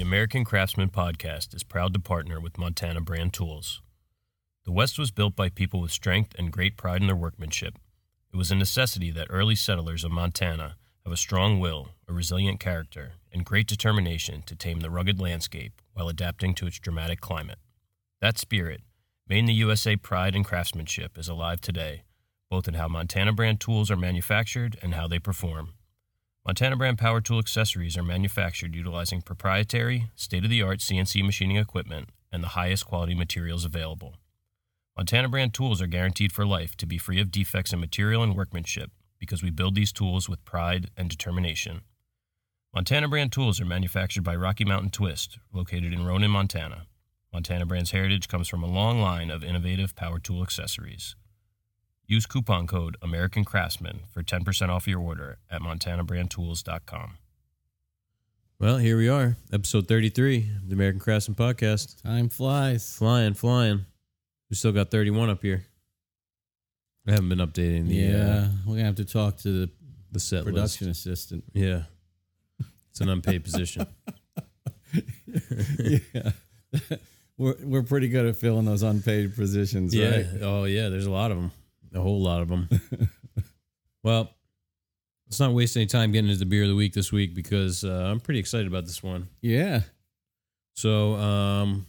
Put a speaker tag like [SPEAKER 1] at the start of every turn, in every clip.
[SPEAKER 1] American Craftsman podcast is proud to partner with Montana Brand Tools. The West was built by people with strength and great pride in their workmanship. It was a necessity that early settlers of Montana have a strong will, a resilient character, and great determination to tame the rugged landscape while adapting to its dramatic climate. That spirit, made in the USA pride and craftsmanship, is alive today, both in how Montana brand tools are manufactured and how they perform. Montana brand power tool accessories are manufactured utilizing proprietary, state of the art CNC machining equipment and the highest quality materials available. Montana brand tools are guaranteed for life to be free of defects in material and workmanship because we build these tools with pride and determination. Montana brand tools are manufactured by Rocky Mountain Twist, located in Ronan, Montana. Montana brand's heritage comes from a long line of innovative power tool accessories. Use coupon code American Craftsman for 10% off your order at MontanaBrandTools.com.
[SPEAKER 2] Well, here we are, episode 33 of the American Craftsman Podcast.
[SPEAKER 3] Time flies.
[SPEAKER 2] Flying, flying. We still got 31 up here. I haven't been updating the uh,
[SPEAKER 3] Yeah, we're gonna have to talk to
[SPEAKER 2] the
[SPEAKER 3] the
[SPEAKER 2] set list.
[SPEAKER 3] production assistant.
[SPEAKER 2] Yeah, it's an unpaid position.
[SPEAKER 3] yeah, we're we're pretty good at filling those unpaid positions,
[SPEAKER 2] yeah.
[SPEAKER 3] right?
[SPEAKER 2] Oh yeah. There's a lot of them. A whole lot of them. well, let's not waste any time getting into the beer of the week this week because uh, I'm pretty excited about this one.
[SPEAKER 3] Yeah,
[SPEAKER 2] So, um,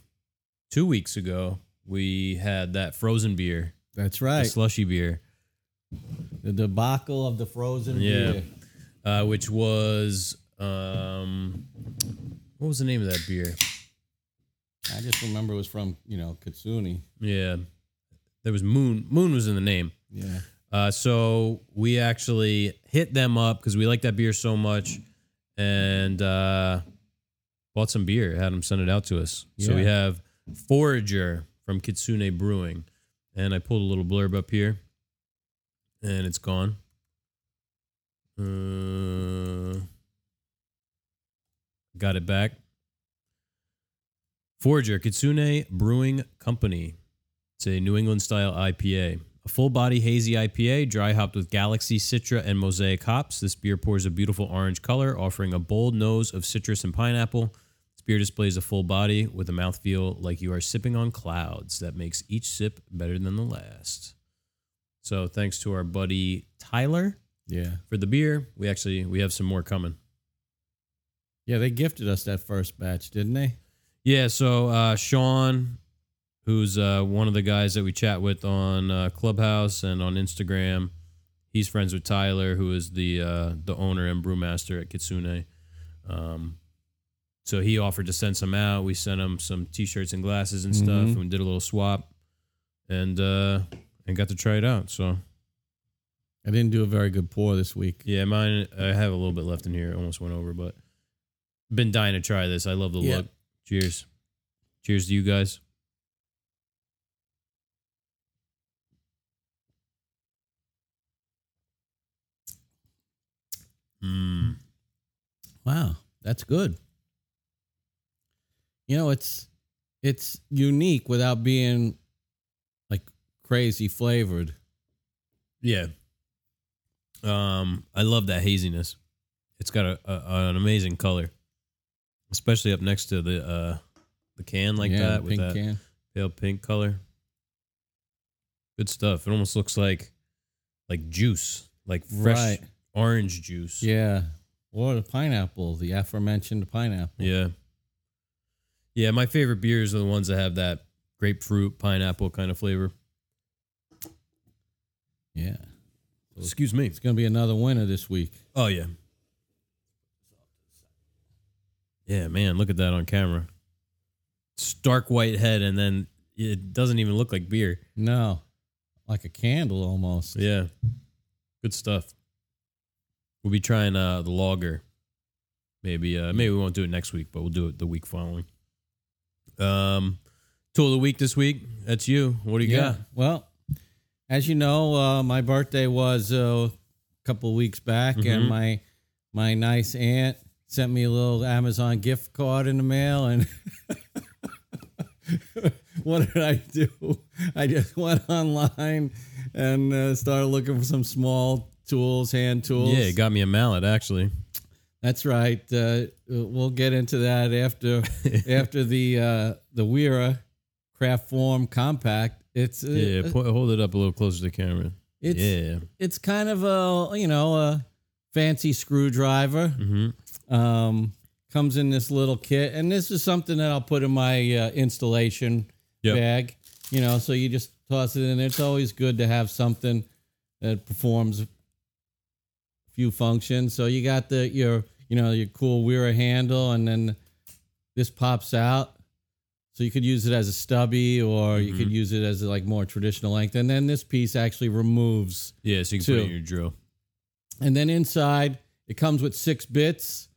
[SPEAKER 2] two weeks ago we had that frozen beer,
[SPEAKER 3] that's
[SPEAKER 2] the
[SPEAKER 3] right.
[SPEAKER 2] slushy beer,
[SPEAKER 3] The debacle of the frozen
[SPEAKER 2] Yeah.
[SPEAKER 3] beer.
[SPEAKER 2] uh, which was um, what was the name of that beer?
[SPEAKER 3] I just remember it was from you know Katsuni.
[SPEAKER 2] Yeah, there was Moon. Moon was in the name.
[SPEAKER 3] Yeah,
[SPEAKER 2] Uh, so we actually hit them up because we like that beer so much, and uh, bought some beer. Had them send it out to us. So
[SPEAKER 3] Yeah.
[SPEAKER 2] we have Forager from Kitsune Brewing, and I pulled a little blurb up here, and it's gone. Uh, got it back. Forager Kitsune Brewing Company. It's a New England style IPA. A full body hazy IPA, dry hopped with Galaxy, Citra, and Mosaic hops. This beer pours a beautiful orange color, offering a bold nose of citrus and pineapple. This beer displays a full body with a mouthfeel like you are sipping on clouds that makes each sip better than the last. So, thanks to our buddy Tyler
[SPEAKER 3] yeah,
[SPEAKER 2] for the beer. We actually we have some more coming.
[SPEAKER 3] yeah. They gifted us that first batch, didn't they?
[SPEAKER 2] Yeah, so uh, Sean, who's uh, one of the guys that we chat with on uh, Clubhouse and on Instagram, he's friends with Tyler, who is the uh, the owner and brewmaster at Kitsune. Um, so he offered to send some out. We sent him some T-shirts and glasses and stuff,
[SPEAKER 3] Mhm.
[SPEAKER 2] and we did a little swap, and uh, and got to try it out. So
[SPEAKER 3] I didn't do a very good pour this week.
[SPEAKER 2] yeah, mine I have a little bit left in here. It almost went over, but been dying to try this. I love the
[SPEAKER 3] Yeah.
[SPEAKER 2] look. Cheers. Cheers to you guys. Mm.
[SPEAKER 3] Wow, that's good. You know, it's it's unique without being like crazy flavored.
[SPEAKER 2] Yeah. Um, I love that haziness. It's got a, a an amazing color, especially up next to the uh the can like
[SPEAKER 3] Yeah,
[SPEAKER 2] that with
[SPEAKER 3] the pink
[SPEAKER 2] that
[SPEAKER 3] can.
[SPEAKER 2] pale pink color. Good stuff. It almost looks like like juice, like fresh
[SPEAKER 3] Right.
[SPEAKER 2] orange juice.
[SPEAKER 3] Yeah, or the pineapple, the aforementioned pineapple.
[SPEAKER 2] Yeah. Yeah, my favorite beers are the ones that have that grapefruit, pineapple kind of flavor.
[SPEAKER 3] Yeah,
[SPEAKER 2] Excuse me.
[SPEAKER 3] it's gonna be another winner this week.
[SPEAKER 2] Oh yeah. Yeah, man, look at that on camera. Stark white head and then it doesn't even look like beer.
[SPEAKER 3] No, like a candle almost.
[SPEAKER 2] Yeah. Good stuff. We'll be trying uh the logger. Maybe uh maybe we won't do it next week, but we'll do it the week following. Um tool of the week this week. That's you. What do you got?
[SPEAKER 3] Well, as you know, uh, my birthday was uh, a couple weeks back, and
[SPEAKER 2] Mhm.
[SPEAKER 3] my my nice aunt sent me a little Amazon gift card in the mail, and what did I do? I just went online and uh, started looking for some small tools, hand tools.
[SPEAKER 2] Yeah, it got me a mallet actually.
[SPEAKER 3] That's right. Uh, we'll get into that after after the uh, the Weira craft form compact. It's uh,
[SPEAKER 2] yeah, po- hold it up a little closer to the camera.
[SPEAKER 3] it's
[SPEAKER 2] yeah.
[SPEAKER 3] it's kind of a you know a fancy screwdriver.
[SPEAKER 2] Mm-hmm.
[SPEAKER 3] Um, comes in this little kit, and this is something that I'll put in my uh, installation
[SPEAKER 2] Yep.
[SPEAKER 3] bag. You know, so you just toss it in. It's always good to have something that performs a few functions. So you got the your you know your cool Weira handle, and then this pops out. So you could use it as a stubby, or you could use it as a, like more traditional length. And then this piece actually removes
[SPEAKER 2] Yeah, so you can put it in
[SPEAKER 3] Two.
[SPEAKER 2] your drill.
[SPEAKER 3] and then inside it comes with six bits.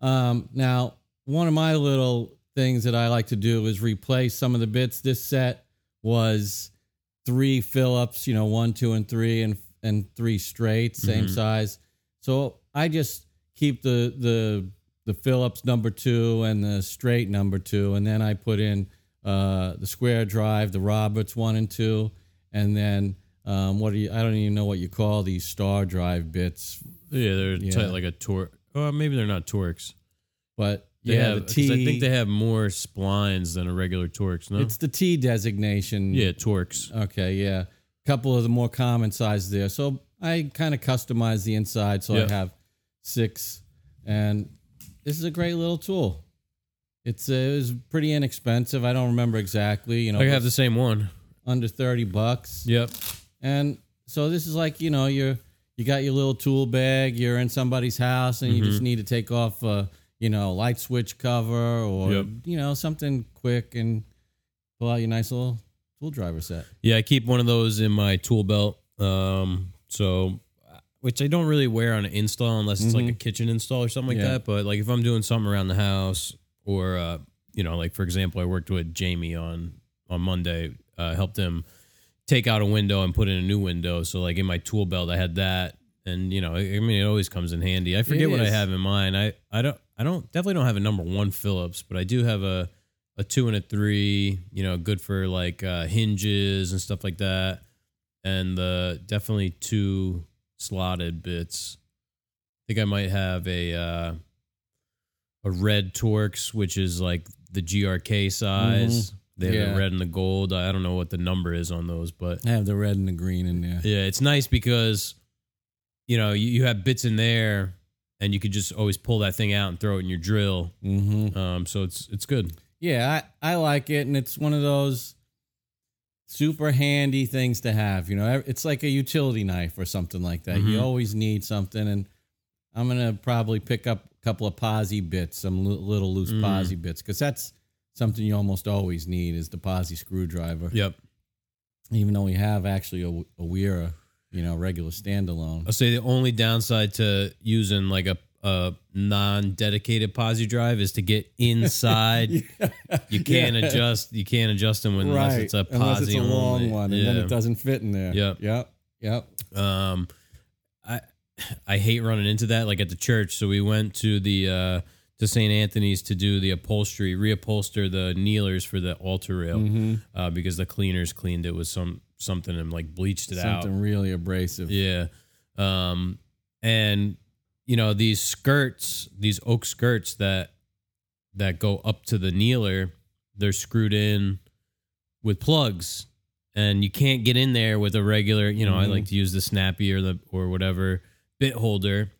[SPEAKER 3] Um, now, one of my little things that I like to do is replace some of the bits. This set was three Phillips, you know, one, two, and three, and and three straight, same
[SPEAKER 2] Mhm.
[SPEAKER 3] size. So I just keep the the the Phillips number two and the straight number two, and then I put in uh, the square drive, the Roberts one and two, and then um, what do you? I don't even know what you call these star drive bits,
[SPEAKER 2] Yeah, they're
[SPEAKER 3] Yeah.
[SPEAKER 2] tight like a tor. Or maybe they're not Torx.
[SPEAKER 3] but
[SPEAKER 2] They
[SPEAKER 3] yeah,
[SPEAKER 2] have,
[SPEAKER 3] the
[SPEAKER 2] 'cause
[SPEAKER 3] T.
[SPEAKER 2] I think they have more splines than a regular Torx. No,
[SPEAKER 3] It's the T designation.
[SPEAKER 2] yeah, Torx.
[SPEAKER 3] Okay. Yeah. Couple of the more common size there. So I kind of customize the inside, so
[SPEAKER 2] Yeah.
[SPEAKER 3] I have six, and this is a great little tool. It's uh, it was pretty inexpensive. I don't remember exactly. You know,
[SPEAKER 2] I have the same one.
[SPEAKER 3] under thirty bucks.
[SPEAKER 2] Yep.
[SPEAKER 3] And so this is like, you know, you're you got your little tool bag, you're in somebody's house and you just need to take off a, you know, light switch cover or
[SPEAKER 2] Yep.
[SPEAKER 3] you know, something quick and pull out your nice little tool driver set.
[SPEAKER 2] Yeah, I keep one of those in my tool belt. Um, so which I don't really wear on an install unless it's like a kitchen install or something like
[SPEAKER 3] Yeah.
[SPEAKER 2] that. But like if I'm doing something around the house or uh, you know, like for example, I worked with Jamie on on Monday, uh, helped him take out a window and put in a new window. So like in my tool belt, I had that, and you know, I I mean, it always comes in handy. I forget what I
[SPEAKER 3] is.
[SPEAKER 2] have in mine. I I don't I don't definitely don't have a number one Phillips, but I do have a a two and a three. You know, good for like uh, hinges and stuff like that, and the definitely two slotted bits. I think I might have a uh, a red Torx, which is like the GRK size. They have
[SPEAKER 3] Mm-hmm. Yeah.
[SPEAKER 2] the red and the gold. I don't know what the number is on those, but
[SPEAKER 3] I have the red and the green in there.
[SPEAKER 2] yeah, it's nice because you know you, you have bits in there, and you could just always pull that thing out and throw it in your drill.
[SPEAKER 3] Mm-hmm.
[SPEAKER 2] Um, so it's it's good.
[SPEAKER 3] Yeah, I, I like it, and it's one of those super handy things to have. You know, it's like a utility knife or something like that. You
[SPEAKER 2] Mhm.
[SPEAKER 3] always need something, and I'm gonna probably pick up a couple of posi bits, some l- little loose
[SPEAKER 2] Mm.
[SPEAKER 3] posi bits, because that's something you almost always need is the posi screwdriver.
[SPEAKER 2] Yep.
[SPEAKER 3] Even though we have actually a, a Weira, you know, regular standalone.
[SPEAKER 2] I'll say the only downside to using like a a non-dedicated posi drive is to get inside. You can't
[SPEAKER 3] Yeah.
[SPEAKER 2] adjust. You can't adjust them unless it's a posi
[SPEAKER 3] unless it's a long
[SPEAKER 2] only.
[SPEAKER 3] one, and
[SPEAKER 2] yeah.
[SPEAKER 3] then it doesn't fit in there.
[SPEAKER 2] Yep.
[SPEAKER 3] Yep. Yep.
[SPEAKER 2] um i i hate running into that like at the church so we went to the uh to st anthony's to do the upholstery reupholster the kneelers for the altar rail
[SPEAKER 3] Mm. Mm-hmm.
[SPEAKER 2] uh, because the cleaners cleaned it with some something and like bleached it out
[SPEAKER 3] Something really abrasive.
[SPEAKER 2] yeah. Um, and you know these skirts, these oak skirts that that go up to the kneeler, they're screwed in with plugs, and you can't get in there with a regular. You know, I
[SPEAKER 3] Mhm.
[SPEAKER 2] like to use the snappy or the or whatever bit holder,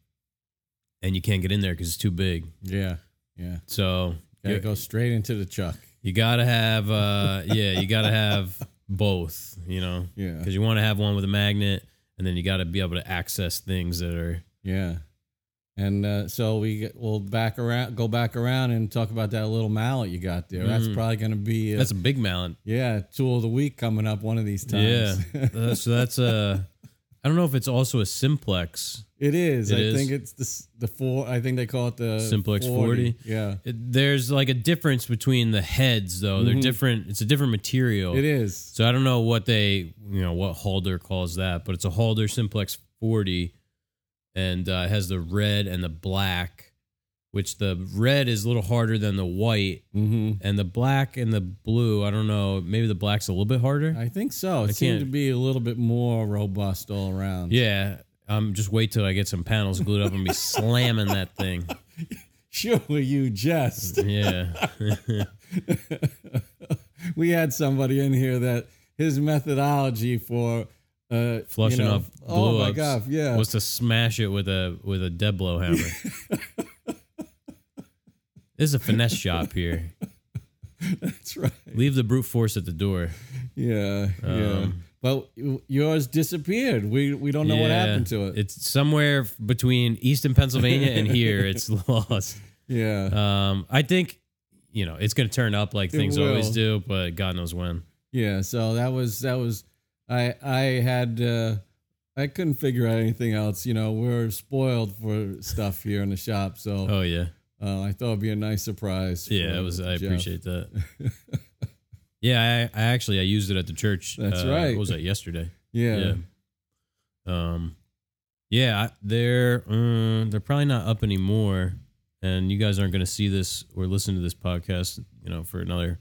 [SPEAKER 2] and you can't get in there because it's too big.
[SPEAKER 3] Yeah, yeah.
[SPEAKER 2] So
[SPEAKER 3] Gotta
[SPEAKER 2] you,
[SPEAKER 3] go straight into the chuck.
[SPEAKER 2] you gotta have, uh, yeah, you gotta have both. You know,
[SPEAKER 3] Yeah,
[SPEAKER 2] because you want to have one with a magnet, and then you gotta be able to access things that are
[SPEAKER 3] yeah. And uh, so we get- we'll back around, go back around, and talk about that little mallet you got there. That's
[SPEAKER 2] Mhm.
[SPEAKER 3] probably gonna be uh
[SPEAKER 2] That's a big mallet.
[SPEAKER 3] yeah tool of the week coming up one of these times.
[SPEAKER 2] Yeah. Uh, so that's a. I don't know if it's also a simplex.
[SPEAKER 3] it is.
[SPEAKER 2] It
[SPEAKER 3] I
[SPEAKER 2] is.
[SPEAKER 3] think it's the s- the four. I think they call it the
[SPEAKER 2] Simplex 40.
[SPEAKER 3] Yeah,
[SPEAKER 2] It, there's like a difference between the heads, though. They're
[SPEAKER 3] Mhm.
[SPEAKER 2] different. It's a different material.
[SPEAKER 3] it is.
[SPEAKER 2] So I don't know what they, you know, what Halder calls that, but it's a Halder Simplex 40, and uh, it has the red and the black, which the red is a little harder than the white,
[SPEAKER 3] hmm
[SPEAKER 2] and the black and the blue. I don't know. Maybe the black's a little bit harder.
[SPEAKER 3] I think so. It
[SPEAKER 2] I
[SPEAKER 3] seemed
[SPEAKER 2] can't-
[SPEAKER 3] to be a little bit more robust all around.
[SPEAKER 2] Yeah. I'm just wait till I get some panels glued up and be slamming that thing.
[SPEAKER 3] Surely you jest.
[SPEAKER 2] Yeah.
[SPEAKER 3] we had somebody in here that his methodology for uh,
[SPEAKER 2] Flushing
[SPEAKER 3] you know,
[SPEAKER 2] off
[SPEAKER 3] Oh
[SPEAKER 2] blow
[SPEAKER 3] my
[SPEAKER 2] ups
[SPEAKER 3] god! Yeah,
[SPEAKER 2] was to smash it with a with a dead blow hammer. this is a finesse shop here.
[SPEAKER 3] that's right.
[SPEAKER 2] Leave the brute force at the door.
[SPEAKER 3] Yeah, yeah.
[SPEAKER 2] Um,
[SPEAKER 3] But y- yours disappeared. We we don't know what
[SPEAKER 2] Yeah.
[SPEAKER 3] happened to it.
[SPEAKER 2] It's somewhere f- between eastern Pennsylvania and here. It's lost.
[SPEAKER 3] yeah,
[SPEAKER 2] Um, I think you know it's going to turn up like
[SPEAKER 3] It
[SPEAKER 2] things always
[SPEAKER 3] will.
[SPEAKER 2] do, but God knows when.
[SPEAKER 3] yeah. So that was that was. I I had uh, I couldn't figure out anything else. You know, we're spoiled for stuff here in the shop. So
[SPEAKER 2] Oh yeah,
[SPEAKER 3] uh, I thought it'd be a nice surprise.
[SPEAKER 2] yeah.
[SPEAKER 3] for
[SPEAKER 2] It was. I
[SPEAKER 3] Jeff.
[SPEAKER 2] appreciate that. yeah, I, I actually I used it at the church.
[SPEAKER 3] That's
[SPEAKER 2] uh,
[SPEAKER 3] right.
[SPEAKER 2] What was that yesterday?
[SPEAKER 3] Yeah.
[SPEAKER 2] Yeah. Um, yeah, I- they're um, they're probably not up anymore, and you guys aren't going to see this or listen to this podcast, you know, for another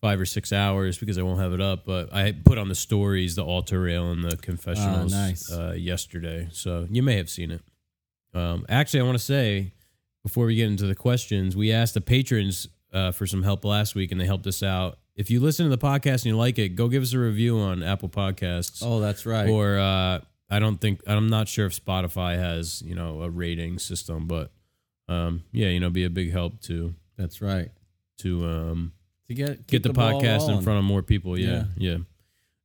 [SPEAKER 2] five or six hours because I won't have it up. But I put on the stories, the altar rail, and the confessionals
[SPEAKER 3] nice.
[SPEAKER 2] uh, yesterday, so you may have seen it. Um, actually, I want to say before we get into the questions, we asked the patrons uh, for some help last week, and they helped us out. If you listen to the podcast and you like it, go give us a review on Apple Podcasts
[SPEAKER 3] Oh, that's right.
[SPEAKER 2] or uh, I don't think I'm not sure if Spotify has you know a rating system, but um, yeah, you know, be a big help to
[SPEAKER 3] that's right.
[SPEAKER 2] to um,
[SPEAKER 3] To get keep
[SPEAKER 2] get the,
[SPEAKER 3] ball
[SPEAKER 2] podcast in
[SPEAKER 3] rolling.
[SPEAKER 2] front of more people. Yeah, yeah.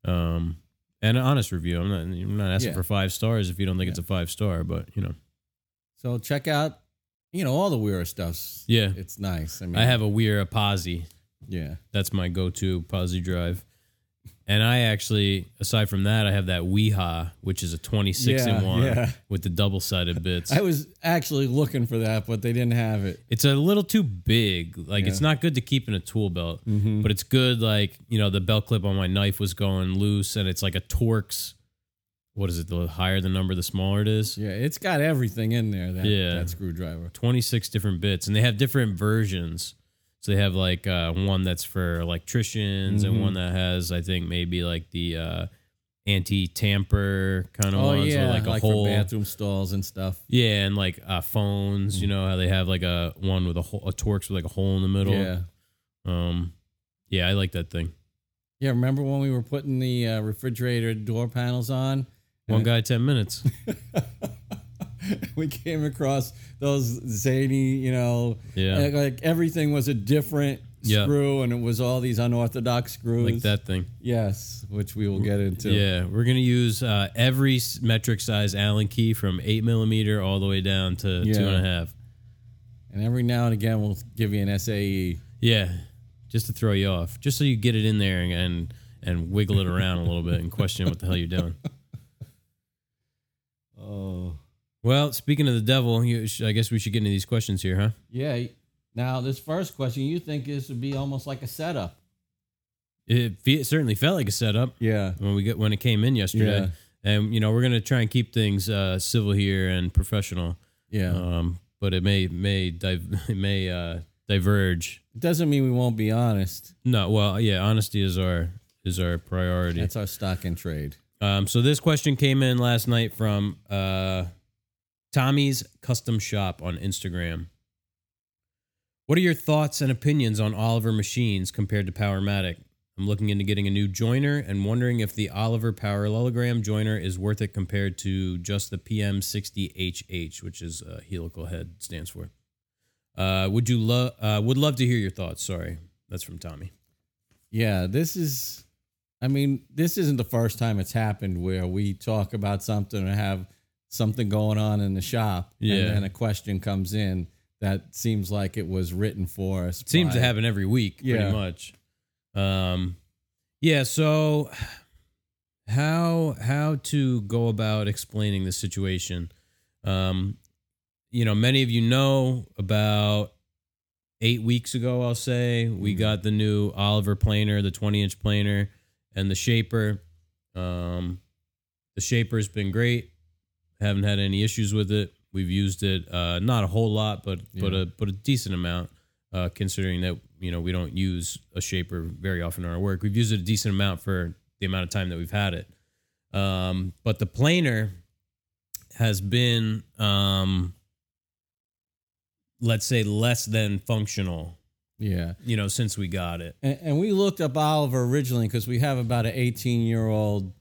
[SPEAKER 2] Um, and an honest review. I'm not I'm not asking
[SPEAKER 3] Yeah.
[SPEAKER 2] for five stars if you don't think it's a five star, but you know,
[SPEAKER 3] So check out, you know, all the Weir stuffs.
[SPEAKER 2] yeah.
[SPEAKER 3] It's nice. I mean,
[SPEAKER 2] I have a weir a posse.
[SPEAKER 3] Yeah.
[SPEAKER 2] That's my go-to posse drive. And I actually, aside from that, I have that Weeha, which is a 26
[SPEAKER 3] Yeah,
[SPEAKER 2] in one
[SPEAKER 3] yeah.
[SPEAKER 2] with the double-sided bits.
[SPEAKER 3] I was actually looking for that, but they didn't have it.
[SPEAKER 2] it's a little too big. Like it's
[SPEAKER 3] Yeah.
[SPEAKER 2] not good to keep in a tool belt, but it's good. Like you know, the belt clip on my knife was going loose, and it's like a Torx. What is it? The higher the number, the smaller it is.
[SPEAKER 3] Yeah, it's got everything in there. That,
[SPEAKER 2] Yeah.
[SPEAKER 3] that screwdriver.
[SPEAKER 2] Twenty six different bits, and they have different versions. So they have like uh, one that's for electricians,
[SPEAKER 3] Mhm.
[SPEAKER 2] and one that has, I think, maybe like the uh, anti tamper kind of
[SPEAKER 3] Oh
[SPEAKER 2] ones,
[SPEAKER 3] yeah,
[SPEAKER 2] or like a
[SPEAKER 3] for
[SPEAKER 2] hole.
[SPEAKER 3] bathroom stalls and stuff.
[SPEAKER 2] Yeah, and like uh, phones.
[SPEAKER 3] Mm-hmm.
[SPEAKER 2] You know how they have like a one with a hole, a Torx with like a hole in the middle.
[SPEAKER 3] Yeah,
[SPEAKER 2] Um, yeah, I like that thing.
[SPEAKER 3] yeah. Remember when we were putting the uh, refrigerator door panels on?
[SPEAKER 2] One guy, ten minutes.
[SPEAKER 3] we came across those zany, you know,
[SPEAKER 2] Yeah.
[SPEAKER 3] like, like everything was a different
[SPEAKER 2] Yeah.
[SPEAKER 3] screw, and it was all these unorthodox screws.
[SPEAKER 2] like that thing.
[SPEAKER 3] Yes, which we will get into.
[SPEAKER 2] Yeah, we're gonna use uh, every s- metric size Allen key from eight millimeter all the way down to
[SPEAKER 3] Yeah.
[SPEAKER 2] two and a half.
[SPEAKER 3] And every now and again, we'll give you an E. SAE.
[SPEAKER 2] Yeah, just to throw you off, just so you get it in there and and, and wiggle it around a little bit and question what the hell you're doing.
[SPEAKER 3] Oh.
[SPEAKER 2] Well, speaking of the devil, you, sh- I guess we should get into these questions here, huh?
[SPEAKER 3] Yeah. Now, this first question, you think this would be almost like a setup.
[SPEAKER 2] It, fe- it certainly felt like a setup.
[SPEAKER 3] Yeah.
[SPEAKER 2] when we get when it came in yesterday.
[SPEAKER 3] Yeah.
[SPEAKER 2] And you know we're gonna try and keep things uh, civil here and professional,
[SPEAKER 3] Yeah.
[SPEAKER 2] um, but it may may div- it may uh, diverge.
[SPEAKER 3] it doesn't mean we won't be honest.
[SPEAKER 2] No, well, yeah, honesty is our is our priority.
[SPEAKER 3] That's our stock and trade.
[SPEAKER 2] Um, so this question came in last night from uh, Tommy's Custom Shop on Instagram. What are your thoughts and opinions on Oliver machines compared to Powermatic? I'm looking into getting a new joiner and wondering if the Oliver parallelogram joiner is worth it compared to just the PM60HH, which is uh, helical head stands for. Uh, would you love? Uh, would love to hear your thoughts. Sorry, that's from Tommy.
[SPEAKER 3] Yeah. This is, I mean, this isn't the first time it's happened where we talk about something or have something going on in the shop.
[SPEAKER 2] Yeah.
[SPEAKER 3] And then a question comes in that seems like it was written for us.
[SPEAKER 2] It seems
[SPEAKER 3] by-
[SPEAKER 2] to happen every week
[SPEAKER 3] Yeah.
[SPEAKER 2] pretty much um yeah so how how to go about explaining the situation um you know many of you know about eight weeks ago i'll say we
[SPEAKER 3] Mhm.
[SPEAKER 2] got the new oliver planer the 20 inch planer and the shaper um the shaper's been great haven't had any issues with it we've used it uh not a whole lot but but
[SPEAKER 3] Yeah.
[SPEAKER 2] a but a decent amount uh, considering that you know we don't use a shaper very often in our work. We've used it a decent amount for the amount of time that we've had it. Um, but the planer has been um, let's say less than functional,
[SPEAKER 3] Yeah.
[SPEAKER 2] you know, since we got it.
[SPEAKER 3] And, and we looked up Oliver originally because we have about an 18 year old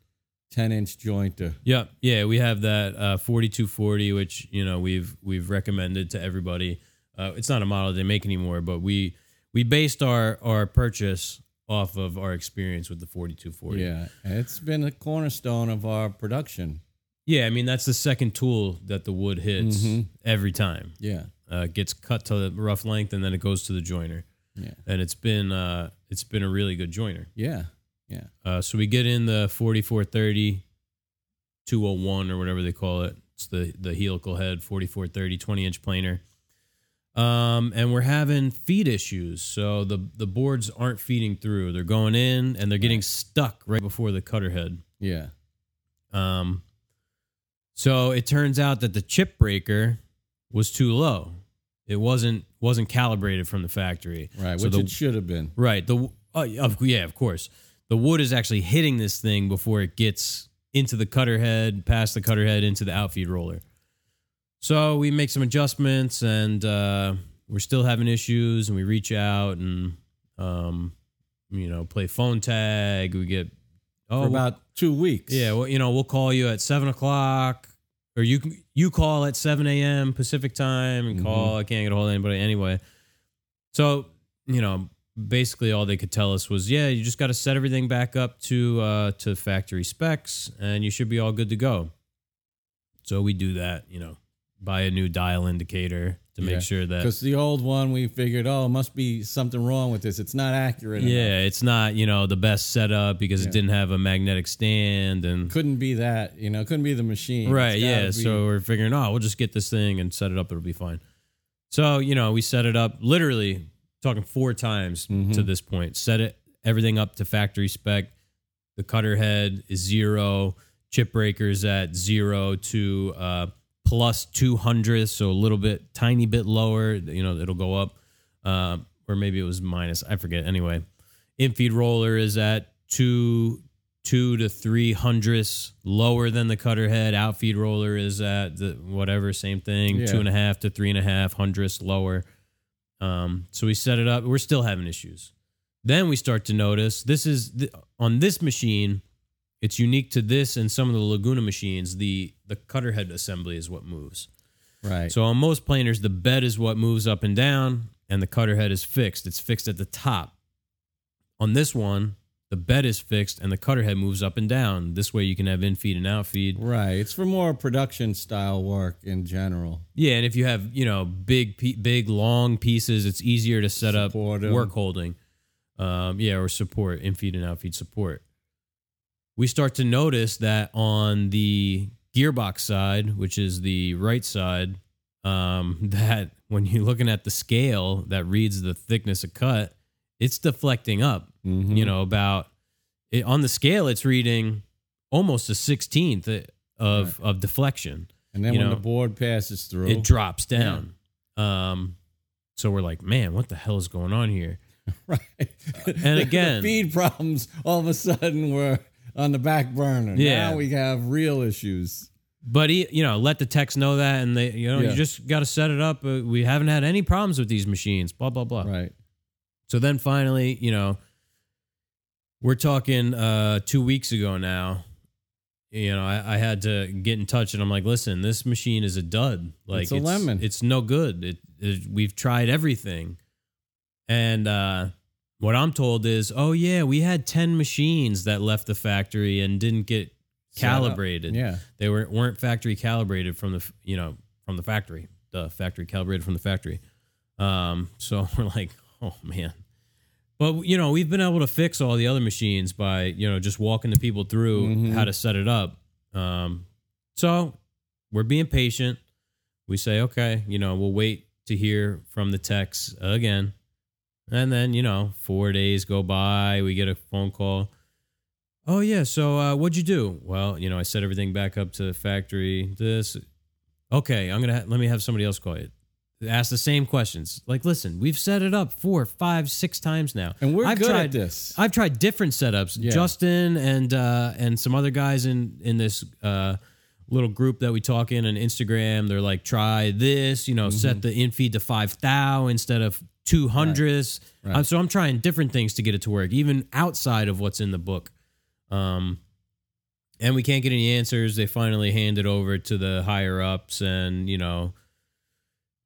[SPEAKER 3] 10 inch jointer.
[SPEAKER 2] Yeah, yeah, we have that uh, 4240, which you know we've we've recommended to everybody. Uh, it's not a model they make anymore, but we we based our our purchase off of our experience with the 4240.
[SPEAKER 3] Yeah. And It's been a cornerstone of our production.
[SPEAKER 2] yeah. I mean that's the second tool that the wood hits
[SPEAKER 3] Mhm.
[SPEAKER 2] every time.
[SPEAKER 3] Yeah.
[SPEAKER 2] Uh, it gets cut to the rough length and then it goes to the joiner,
[SPEAKER 3] Yeah.
[SPEAKER 2] and it's been uh, it's been a really good joiner.
[SPEAKER 3] Yeah. Yeah.
[SPEAKER 2] Uh, so we get in the 4430 201 or whatever they call it. It's the the helical head 4430 20 inch planer. Um, and we're having feed issues. So the the boards aren't feeding through. They're going in and they're getting stuck right before the cutter head.
[SPEAKER 3] Yeah.
[SPEAKER 2] Um, so it turns out that the chip breaker was too low. It wasn't wasn't calibrated from the factory.
[SPEAKER 3] Right.
[SPEAKER 2] So
[SPEAKER 3] Which
[SPEAKER 2] the-
[SPEAKER 3] it should have been.
[SPEAKER 2] Right. The uh, of, yeah, of course. The wood is actually hitting this thing before it gets into the cutter head, past the cutter head, into the outfeed roller. So we make some adjustments, and uh, we're still having issues. And we reach out and, um, you know, play phone tag. We get oh
[SPEAKER 3] For about two weeks.
[SPEAKER 2] yeah, well, you know, we'll call you at seven o'clock, or you can you call at seven a.m. Pacific time and
[SPEAKER 3] Mm-hmm.
[SPEAKER 2] call. I can't get a hold of anybody anyway. So you know, basically all they could tell us was, yeah, you just got to set everything back up to uh, to factory specs, and you should be all good to go. So we do that, you know, buy a new dial indicator to make
[SPEAKER 3] Yeah,
[SPEAKER 2] sure that
[SPEAKER 3] Because the old one, we figured, oh, it must be something wrong with this. It's not accurate. enough.
[SPEAKER 2] yeah, it's not you know the best setup because
[SPEAKER 3] Yeah.
[SPEAKER 2] it didn't have a magnetic stand and
[SPEAKER 3] Couldn't be that. You know, couldn't be the machine.
[SPEAKER 2] Right.
[SPEAKER 3] It's
[SPEAKER 2] Yeah.
[SPEAKER 3] gotta be-
[SPEAKER 2] So we're figuring, oh, we'll just get this thing and set it up. It'll be fine. So you know, we set it up literally talking four times
[SPEAKER 3] Mm-hmm.
[SPEAKER 2] to this point. Set it everything up to factory spec. The cutter head is zero. Chip breakers at zero to uh, plus two hundredths, so a little bit, tiny bit lower. You know, it'll go up, uh, or maybe it was minus. I forget. Anyway, infeed roller is at two two to three hundredths lower than the cutter head. Outfeed roller is at the whatever, same thing,
[SPEAKER 3] Yeah.
[SPEAKER 2] two and a half to three and a half hundredths lower. Um, so we set it up. We're still having issues. Then we start to notice this is th- on this machine. It's unique to this and some of the Laguna machines. The the cutter head assembly is what moves.
[SPEAKER 3] right.
[SPEAKER 2] So on most planers, the bed is what moves up and down, and the cutter head is fixed. It's fixed at the top. On this one, the bed is fixed and the cutter head moves up and down. This way you can have in feed and out feed.
[SPEAKER 3] right. It's for more production style work in general.
[SPEAKER 2] Yeah, and if you have, you know, big pe- big long pieces, it's easier to set up
[SPEAKER 3] Support 'em.
[SPEAKER 2] work holding. Um, yeah, or support, in feed and out feed support. We start to notice that on the gearbox side, which is the right side, um, that when you're looking at the scale that reads the thickness of cut, it's deflecting up.
[SPEAKER 3] Mhm.
[SPEAKER 2] You know, about it, on the scale, it's reading almost a sixteenth uh, of of deflection.
[SPEAKER 3] And then
[SPEAKER 2] you
[SPEAKER 3] when
[SPEAKER 2] know,
[SPEAKER 3] the board passes through,
[SPEAKER 2] It drops down. Um, so we're like, man, what the hell is going on here?
[SPEAKER 3] right.
[SPEAKER 2] And again-
[SPEAKER 3] the feed problems all of a sudden were on the back burner.
[SPEAKER 2] Yeah.
[SPEAKER 3] Now we have real issues.
[SPEAKER 2] But he, you know, let the techs know that, and they, you know,
[SPEAKER 3] Yeah.
[SPEAKER 2] you just got to set it up. Uh, We haven't had any problems with these machines. Blah blah blah.
[SPEAKER 3] Right.
[SPEAKER 2] So then finally, you know, we're talking uh two weeks ago now. You know, I, I had to get in touch and I'm like, listen, this machine is a dud. Like
[SPEAKER 3] It's a lemon.
[SPEAKER 2] It's no good. It, it we've tried everything. And uh what I'm told is, oh yeah, we had ten machines that left the factory and didn't get
[SPEAKER 3] Set up.
[SPEAKER 2] calibrated.
[SPEAKER 3] Yeah.
[SPEAKER 2] They were weren't factory calibrated from the f- you know from the factory. The factory calibrated from the factory. Um, so we're like, oh man. But you know, we've been able to fix all the other machines by you know just walking the people through
[SPEAKER 3] Mhm.
[SPEAKER 2] how to set it up. Um, so we're being patient. We say, okay, you know, we'll wait to hear from the techs again. And then, you know, four days go by. We get a phone call. Oh, yeah. So, uh, what'd you do? Well, you know, I set everything back up to the factory. This. Okay. I'm going to ha- let me have somebody else call you. Ask the same questions. Like, listen, we've set it up four, five, six times now.
[SPEAKER 3] And we're
[SPEAKER 2] I've
[SPEAKER 3] good
[SPEAKER 2] tried,
[SPEAKER 3] at this.
[SPEAKER 2] I've tried different setups.
[SPEAKER 3] Yeah.
[SPEAKER 2] Justin and uh, and some other guys in in this uh, little group that we talk in on Instagram. They're like, try this, you know,
[SPEAKER 3] Mm-hmm.
[SPEAKER 2] set the in feed to five thou instead of two hundredths.
[SPEAKER 3] Right.
[SPEAKER 2] Uh, so I'm trying different things to get it to work, even outside of what's in the book. Um, and we can't get any answers. They finally hand it over to the higher ups, and you know,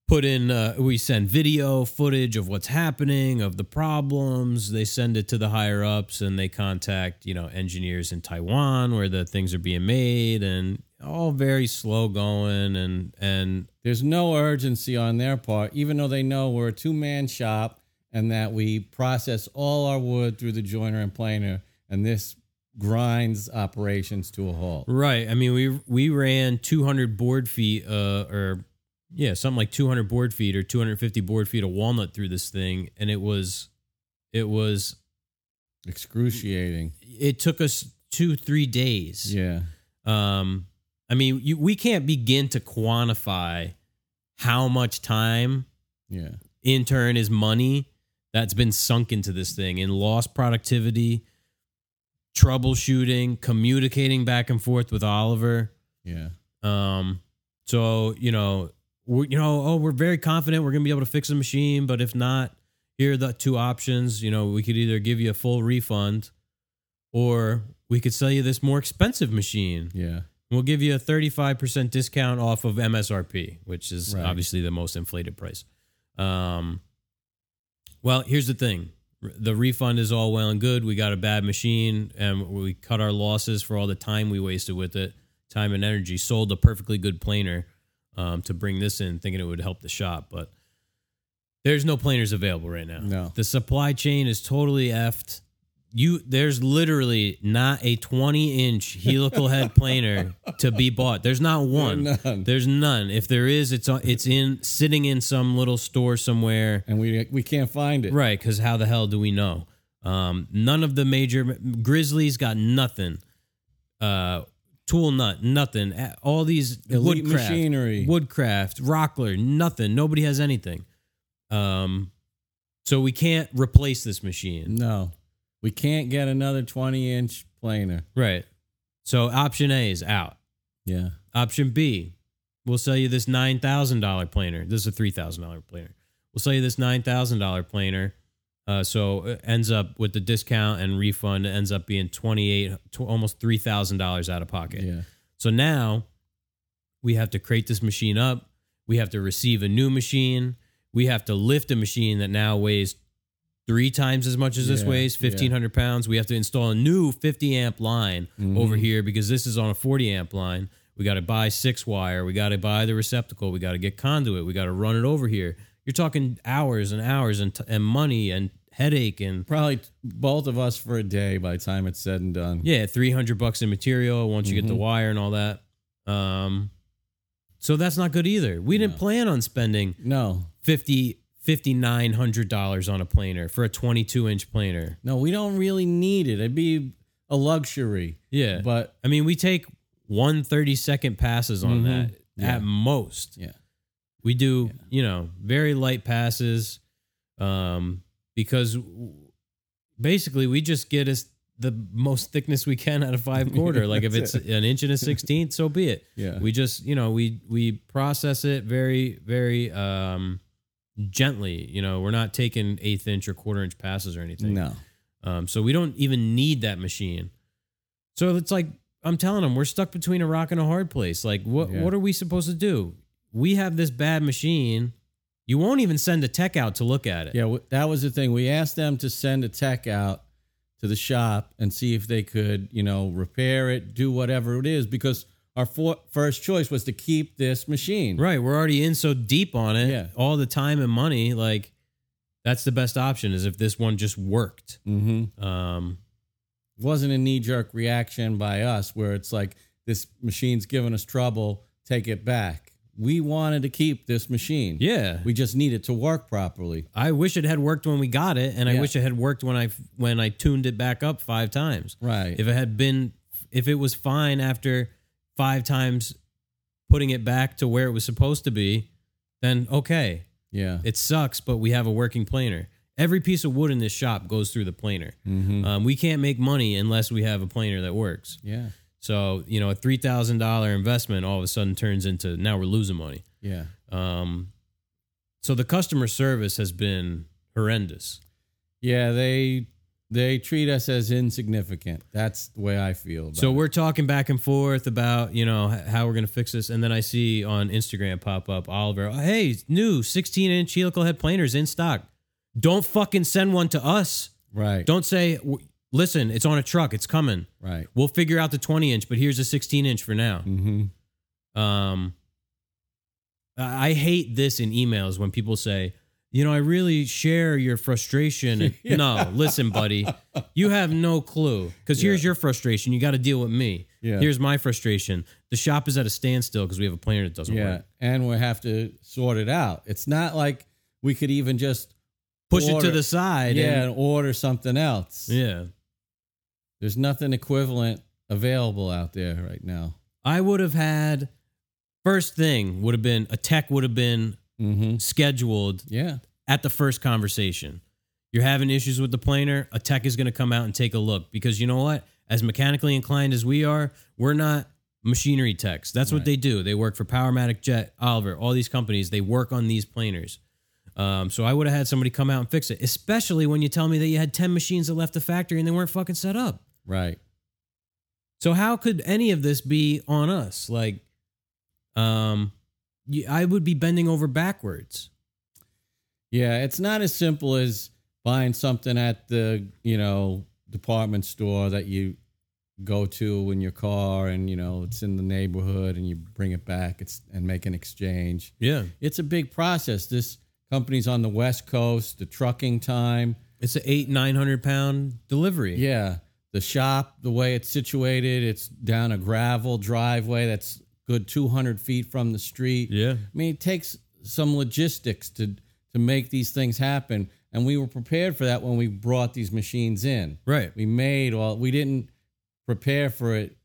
[SPEAKER 2] put in. Uh, we send video footage of what's happening, of the problems. They send it to the higher ups, and they contact you know engineers in Taiwan where the things are being made, and all very slow going, and and
[SPEAKER 3] There's no urgency on their part, even though they know we're a two man shop and that we process all our wood through the joiner and planer, and this grinds operations to a halt.
[SPEAKER 2] Right. I mean, we we ran 200 board feet, uh, or yeah, something like 200 board feet or 250 board feet of walnut through this thing, and it was, it was,
[SPEAKER 3] Excruciating.
[SPEAKER 2] it took us two three days.
[SPEAKER 3] Yeah.
[SPEAKER 2] Um, I mean, you, we can't begin to quantify how much time
[SPEAKER 3] Yeah.
[SPEAKER 2] in turn is money that's been sunk into this thing in lost productivity, troubleshooting, communicating back and forth with Oliver.
[SPEAKER 3] Yeah.
[SPEAKER 2] Um, so you know, we you know, oh, we're very confident we're gonna be able to fix the machine, but if not, here are the two options. You know, we could either give you a full refund, or we could sell you this more expensive machine.
[SPEAKER 3] Yeah.
[SPEAKER 2] We'll give you a thirty-five percent discount off of MSRP, which is
[SPEAKER 3] Right.
[SPEAKER 2] obviously the most inflated price. Um, well, here's the thing: R- the refund is all well and good. We got a bad machine, and we cut our losses for all the time we wasted with it, time and energy. Sold a perfectly good planer um, to bring this in, thinking it would help the shop, but there's no planers available right now.
[SPEAKER 3] No.
[SPEAKER 2] the supply chain is totally effed. You there's literally not a 20 inch helical head planer to be bought. There's not one.
[SPEAKER 3] None.
[SPEAKER 2] There's none. If there is, it's on- it's in sitting in some little store somewhere.
[SPEAKER 3] And we we can't find it.
[SPEAKER 2] Right, because how the hell do we know? Um, none of the major Grizzlies got nothing. Uh, Tool Nut, nothing. A- All these
[SPEAKER 3] Elite
[SPEAKER 2] woodcraft,
[SPEAKER 3] machinery.
[SPEAKER 2] Woodcraft, Rockler, nothing. Nobody has anything. Um, so we can't replace this machine.
[SPEAKER 3] No. We can't get another 20 inch planer.
[SPEAKER 2] Right. So option A is out.
[SPEAKER 3] Yeah.
[SPEAKER 2] Option B, we'll sell you this nine thousand dollar planer. This is a three thousand dollar planer. We'll sell you this nine thousand dollar planer. Uh, so it ends up with the discount and refund it ends up being twenty eight, tw- almost three thousand dollars out of pocket.
[SPEAKER 3] Yeah.
[SPEAKER 2] So now we have to crate this machine up. We have to receive a new machine. We have to lift a machine that now weighs three times as much as this
[SPEAKER 3] Yeah,
[SPEAKER 2] weighs,
[SPEAKER 3] yeah.
[SPEAKER 2] 1,500 pounds. We have to install a new 50 amp line
[SPEAKER 3] Mm-hmm.
[SPEAKER 2] over here because this is on a 40 amp line. We got to buy six wire. We got to buy the receptacle. We got to get conduit. We got to run it over here. You're talking hours and hours and, t- and money and headache and
[SPEAKER 3] Probably t- both of us for a day by the time it's said and done.
[SPEAKER 2] yeah, three hundred bucks in material once you get
[SPEAKER 3] Mm-hmm.
[SPEAKER 2] the wire and all that. Um, so that's not good either. We didn't plan on spending
[SPEAKER 3] No.
[SPEAKER 2] fifty fifty nine hundred dollars on a planer for a twenty two inch planer.
[SPEAKER 3] No, we don't really need it. It'd be a luxury.
[SPEAKER 2] Yeah,
[SPEAKER 3] But
[SPEAKER 2] I mean, we take one thirty second passes on
[SPEAKER 3] Mhm.
[SPEAKER 2] that
[SPEAKER 3] Yeah.
[SPEAKER 2] at most.
[SPEAKER 3] yeah.
[SPEAKER 2] We do, you know, very light passes, um, because w- basically we just get us the most thickness we can out of five quarter. like if it's
[SPEAKER 3] That's
[SPEAKER 2] an inch and a sixteenth, so be it.
[SPEAKER 3] Yeah.
[SPEAKER 2] we just you know we we process it very very um gently you know we're not taking eighth inch or quarter inch passes or anything
[SPEAKER 3] no.
[SPEAKER 2] um so we don't even need that machine so it's like i'm telling them we're stuck between a rock and a hard place like what
[SPEAKER 3] Yeah.
[SPEAKER 2] what are we supposed to do we have this bad machine you won't even send a tech out to look at it
[SPEAKER 3] Yeah, w- that was the thing. We asked them to send a tech out to the shop and see if they could, you know, repair it, do whatever it is, because our for- first choice was to keep this machine.
[SPEAKER 2] right we're already in so deep on it
[SPEAKER 3] Yeah.
[SPEAKER 2] all the time and money like that's the best option is if this one just worked
[SPEAKER 3] Mm-hmm.
[SPEAKER 2] um
[SPEAKER 3] wasn't a knee jerk reaction by us where it's like, this machine's giving us trouble, take it back. We wanted to keep this machine.
[SPEAKER 2] yeah
[SPEAKER 3] We just need it to work properly.
[SPEAKER 2] I wish it had worked when we got it, and I
[SPEAKER 3] Yeah.
[SPEAKER 2] wish it had worked when I when I tuned it back up five times.
[SPEAKER 3] Right.
[SPEAKER 2] If it had been, if it was fine after five times putting it back to where it was supposed to be, then okay,
[SPEAKER 3] yeah.
[SPEAKER 2] it sucks, but we have a working planer. Every piece of wood in this shop goes through the planer.
[SPEAKER 3] mm-hmm.
[SPEAKER 2] Um, we can't make money unless we have a planer that works.
[SPEAKER 3] Yeah.
[SPEAKER 2] So you know, a three thousand dollar investment all of a sudden turns into now we're losing money.
[SPEAKER 3] Yeah.
[SPEAKER 2] Um, so the customer service has been horrendous.
[SPEAKER 3] Yeah, they they treat us as insignificant. That's the way I feel. About
[SPEAKER 2] So
[SPEAKER 3] it.
[SPEAKER 2] we're talking back and forth about you know h- how we're gonna fix this, and then I see on Instagram pop up Oliver, "Oh, hey, new 16 inch helical head planers in stock. Don't fucking send one to us.
[SPEAKER 3] right.
[SPEAKER 2] Don't say, "W- listen, it's on a truck, it's coming.
[SPEAKER 3] right.
[SPEAKER 2] We'll figure out the 20 inch, but here's a 16 inch for now.
[SPEAKER 3] Mm-hmm.
[SPEAKER 2] Um, I I hate this in emails when people say, you know, I really share your frustration. No, listen, buddy, you have no clue because here's your frustration. You got to deal with me.
[SPEAKER 3] Yeah.
[SPEAKER 2] Here's my frustration. The shop is at a standstill because we have a planner that doesn't
[SPEAKER 3] Yeah,
[SPEAKER 2] work.
[SPEAKER 3] and we have to sort it out. It's not like we could even just
[SPEAKER 2] Push it
[SPEAKER 3] order-
[SPEAKER 2] to the side.
[SPEAKER 3] yeah,
[SPEAKER 2] and-
[SPEAKER 3] and order something else.
[SPEAKER 2] yeah.
[SPEAKER 3] There's nothing equivalent available out there right now.
[SPEAKER 2] I would have had first thing would have been a tech would have been
[SPEAKER 3] Mm-hmm.
[SPEAKER 2] scheduled
[SPEAKER 3] Yeah,
[SPEAKER 2] at the first conversation. You're having issues with the planer, a tech is going to come out and take a look because you know what? As mechanically inclined as we are, we're not machinery techs. That's what
[SPEAKER 3] Right.
[SPEAKER 2] they do. They work for Powermatic Jet, Oliver, all these companies. They work on these planers. Um, so I would have had somebody come out and fix it, especially when you tell me that you had 10 machines that left the factory and they weren't fucking set up.
[SPEAKER 3] right.
[SPEAKER 2] So how could any of this be on us? Like, um, y- I would be bending over backwards.
[SPEAKER 3] Yeah, it's not as simple as buying something at the, you know, department store that you go to in your car and, you know, it's in the neighborhood and you bring it back it's, and make an exchange.
[SPEAKER 2] Yeah.
[SPEAKER 3] It's a big process. This company's on the West Coast, the trucking time.
[SPEAKER 2] It's an eight, 900 pound delivery.
[SPEAKER 3] Yeah. The shop, the way it's situated, it's down a gravel driveway that's good 200 feet from the street.
[SPEAKER 2] Yeah.
[SPEAKER 3] I mean, it takes some logistics to to make these things happen, and we were prepared for that when we brought these machines in.
[SPEAKER 2] Right.
[SPEAKER 3] We made all we didn't prepare for it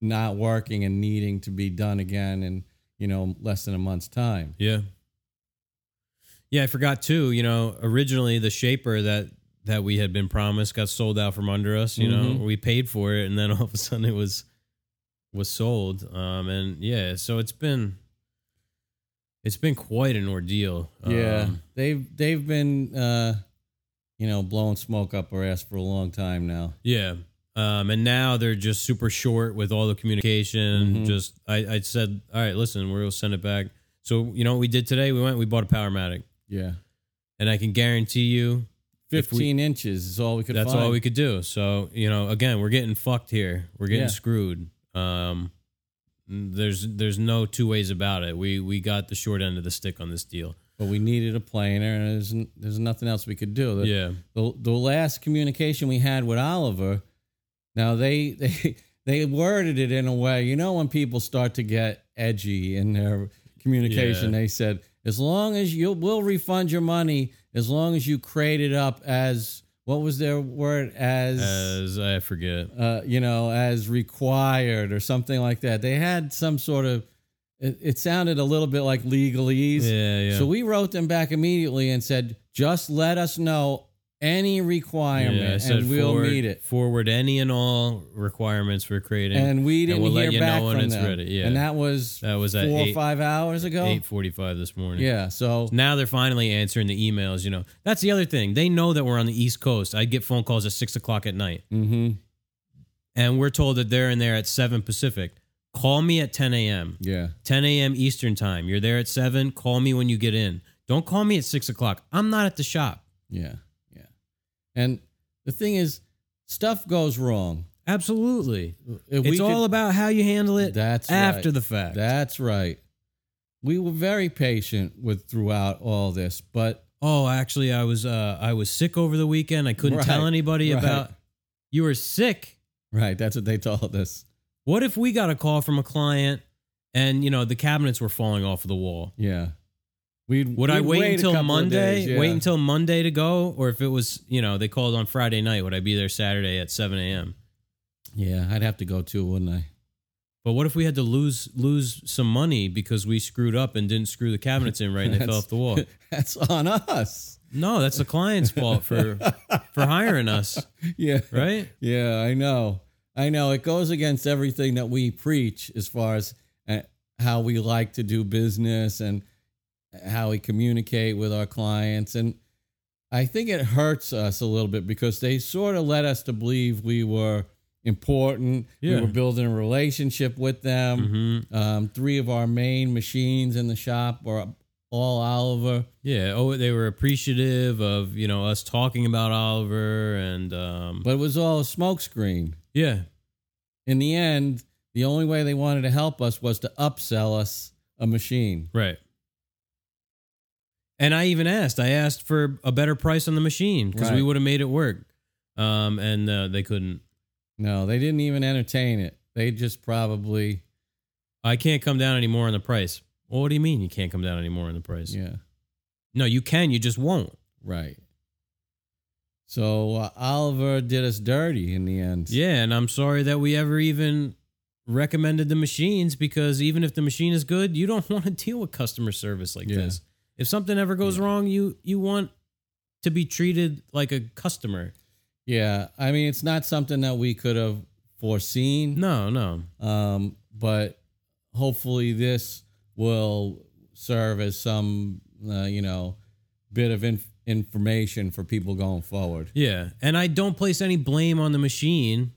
[SPEAKER 3] not working and needing to be done again in you know less than a month's time.
[SPEAKER 2] Yeah. Yeah, I forgot too, you know, originally the shaper that that we had been promised got sold out from under us, you
[SPEAKER 3] Mhm.
[SPEAKER 2] know. We paid for it and then all of a sudden it was was sold. Um and yeah, so it's been it's been quite an ordeal. Um,
[SPEAKER 3] they've they've been uh, you know blowing smoke up our ass for a long time now.
[SPEAKER 2] Yeah. Um, and now they're just super short with all the communication.
[SPEAKER 3] Mhm.
[SPEAKER 2] Just I, I said, all right, listen, we'll send it back. So you know what we did today? We went, we bought a Powermatic,
[SPEAKER 3] Yeah,
[SPEAKER 2] and I can guarantee you, If we-
[SPEAKER 3] fifteen inches is all we could.
[SPEAKER 2] that's
[SPEAKER 3] find.
[SPEAKER 2] all we could do. So you know, again, we're getting fucked here. We're getting
[SPEAKER 3] Yeah.
[SPEAKER 2] screwed. Um, there's there's no two ways about it. We we got the short end of the stick on this deal.
[SPEAKER 3] But we needed a planer, and there's n- there's nothing else we could do. The-
[SPEAKER 2] Yeah,
[SPEAKER 3] the the last communication we had with Oliver, now they they they worded it in a way, you know, when people start to get edgy in their communication,
[SPEAKER 2] Yeah.
[SPEAKER 3] they said, as long as you will refund your money, as long as you crate it up as what was their word as.
[SPEAKER 2] as I forget.
[SPEAKER 3] uh, you know, as required or something like that. They had some sort of, it, it sounded a little bit like legalese.
[SPEAKER 2] Yeah, yeah.
[SPEAKER 3] So we wrote them back immediately and said, just let us know any requirement
[SPEAKER 2] Yeah, I said
[SPEAKER 3] and we'll
[SPEAKER 2] forward,
[SPEAKER 3] meet it.
[SPEAKER 2] Forward any and all requirements for creating.
[SPEAKER 3] And we didn't
[SPEAKER 2] we'll let
[SPEAKER 3] hear
[SPEAKER 2] you
[SPEAKER 3] back
[SPEAKER 2] know when
[SPEAKER 3] from
[SPEAKER 2] it's
[SPEAKER 3] them.
[SPEAKER 2] ready, yeah.
[SPEAKER 3] And that was,
[SPEAKER 2] that was
[SPEAKER 3] four
[SPEAKER 2] at
[SPEAKER 3] or
[SPEAKER 2] eight,
[SPEAKER 3] five hours ago.
[SPEAKER 2] eight forty five this morning.
[SPEAKER 3] yeah. So
[SPEAKER 2] Now they're finally answering the emails. You know, that's the other thing. They know that we're on the East Coast. I get phone calls at six o'clock at night,
[SPEAKER 3] Mhm.
[SPEAKER 2] and we're told that they're in there at seven Pacific. Call me at ten a.m.
[SPEAKER 3] yeah,
[SPEAKER 2] 10 a.m. Eastern time. You're there at seven. Call me when you get in. Don't call me at six o'clock. I'm not at the shop.
[SPEAKER 3] yeah, yeah. And the thing is, stuff goes wrong.
[SPEAKER 2] Absolutely.
[SPEAKER 3] If we
[SPEAKER 2] it's all
[SPEAKER 3] could-
[SPEAKER 2] about how you handle it
[SPEAKER 3] That's
[SPEAKER 2] after
[SPEAKER 3] right.
[SPEAKER 2] the fact.
[SPEAKER 3] That's right. We were very patient with throughout all this, but
[SPEAKER 2] oh actually i was uh i was sick over the weekend i couldn't
[SPEAKER 3] Right,
[SPEAKER 2] tell anybody
[SPEAKER 3] right.
[SPEAKER 2] about you were sick
[SPEAKER 3] right, that's what they told us.
[SPEAKER 2] what if we got a call from a client and you know the cabinets were falling off of the wall
[SPEAKER 3] Yeah. We'd,
[SPEAKER 2] would i
[SPEAKER 3] we'd
[SPEAKER 2] wait,
[SPEAKER 3] a
[SPEAKER 2] until
[SPEAKER 3] couple of
[SPEAKER 2] monday
[SPEAKER 3] days, yeah.
[SPEAKER 2] wait until monday to go or if it was you know they called on friday night would i be there saturday at 7 a.m
[SPEAKER 3] Yeah, I'd have to go too, wouldn't I?
[SPEAKER 2] but what if we had to lose lose some money because we screwed up and didn't screw the cabinets in right and they fell
[SPEAKER 3] That's-
[SPEAKER 2] off the wall
[SPEAKER 3] That's on us.
[SPEAKER 2] no that's the client's fault for for hiring us
[SPEAKER 3] Yeah.
[SPEAKER 2] right
[SPEAKER 3] Yeah, I know. I know it goes against everything that we preach as far as uh, how we like to do business and how we communicate with our clients. And I think it hurts us a little bit because they sort of led us to believe we were important.
[SPEAKER 2] Yeah.
[SPEAKER 3] We were building a relationship with them.
[SPEAKER 2] Mm-hmm.
[SPEAKER 3] Um, three of our main machines in the shop are all Oliver.
[SPEAKER 2] Yeah. Oh, they were appreciative of you know us talking about Oliver and um,
[SPEAKER 3] But it was all a smokescreen.
[SPEAKER 2] yeah,
[SPEAKER 3] In the end, the only way they wanted to help us was to upsell us a machine.
[SPEAKER 2] right. And I even asked. I asked for a better price on the machine because we
[SPEAKER 3] Right.
[SPEAKER 2] would have made it work, um, and uh, they couldn't.
[SPEAKER 3] No, they didn't even entertain it. They just probably,
[SPEAKER 2] I can't come down anymore on the price. Well, what do you mean you can't come down anymore on the price?
[SPEAKER 3] yeah,
[SPEAKER 2] No, you can. You just won't.
[SPEAKER 3] right. So uh, Oliver did us dirty in the end.
[SPEAKER 2] Yeah, and I'm sorry that we ever even recommended the machines because even if the machine is good, you don't want to deal with customer service like
[SPEAKER 3] Yeah.
[SPEAKER 2] this. If something ever goes
[SPEAKER 3] Yeah.
[SPEAKER 2] wrong, you you want to be treated like a customer.
[SPEAKER 3] Yeah, I mean, it's not something that we could have foreseen.
[SPEAKER 2] No, no.
[SPEAKER 3] Um, but hopefully this will serve as some, uh, you know, bit of inf- information for people going forward.
[SPEAKER 2] Yeah. And I don't place any blame on the machine.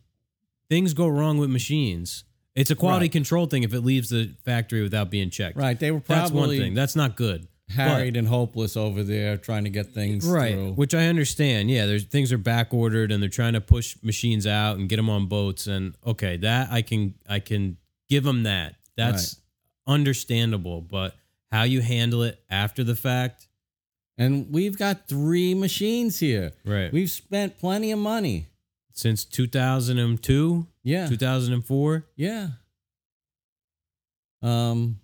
[SPEAKER 2] Things go wrong with machines. It's a quality
[SPEAKER 3] Right.
[SPEAKER 2] control thing if it leaves the factory without being checked.
[SPEAKER 3] Right. They were
[SPEAKER 2] That's one
[SPEAKER 3] probably
[SPEAKER 2] thing. That's not good.
[SPEAKER 3] harried and hopeless over there trying to get things
[SPEAKER 2] right
[SPEAKER 3] through.
[SPEAKER 2] which i understand yeah there's things are back ordered and they're trying to push machines out and get them on boats and okay that i can i can give them that that's understandable but how you handle it after the fact
[SPEAKER 3] and we've got three machines here.
[SPEAKER 2] right
[SPEAKER 3] We've spent plenty of money.
[SPEAKER 2] since 2002
[SPEAKER 3] Yeah.
[SPEAKER 2] 2004
[SPEAKER 3] Yeah. Um,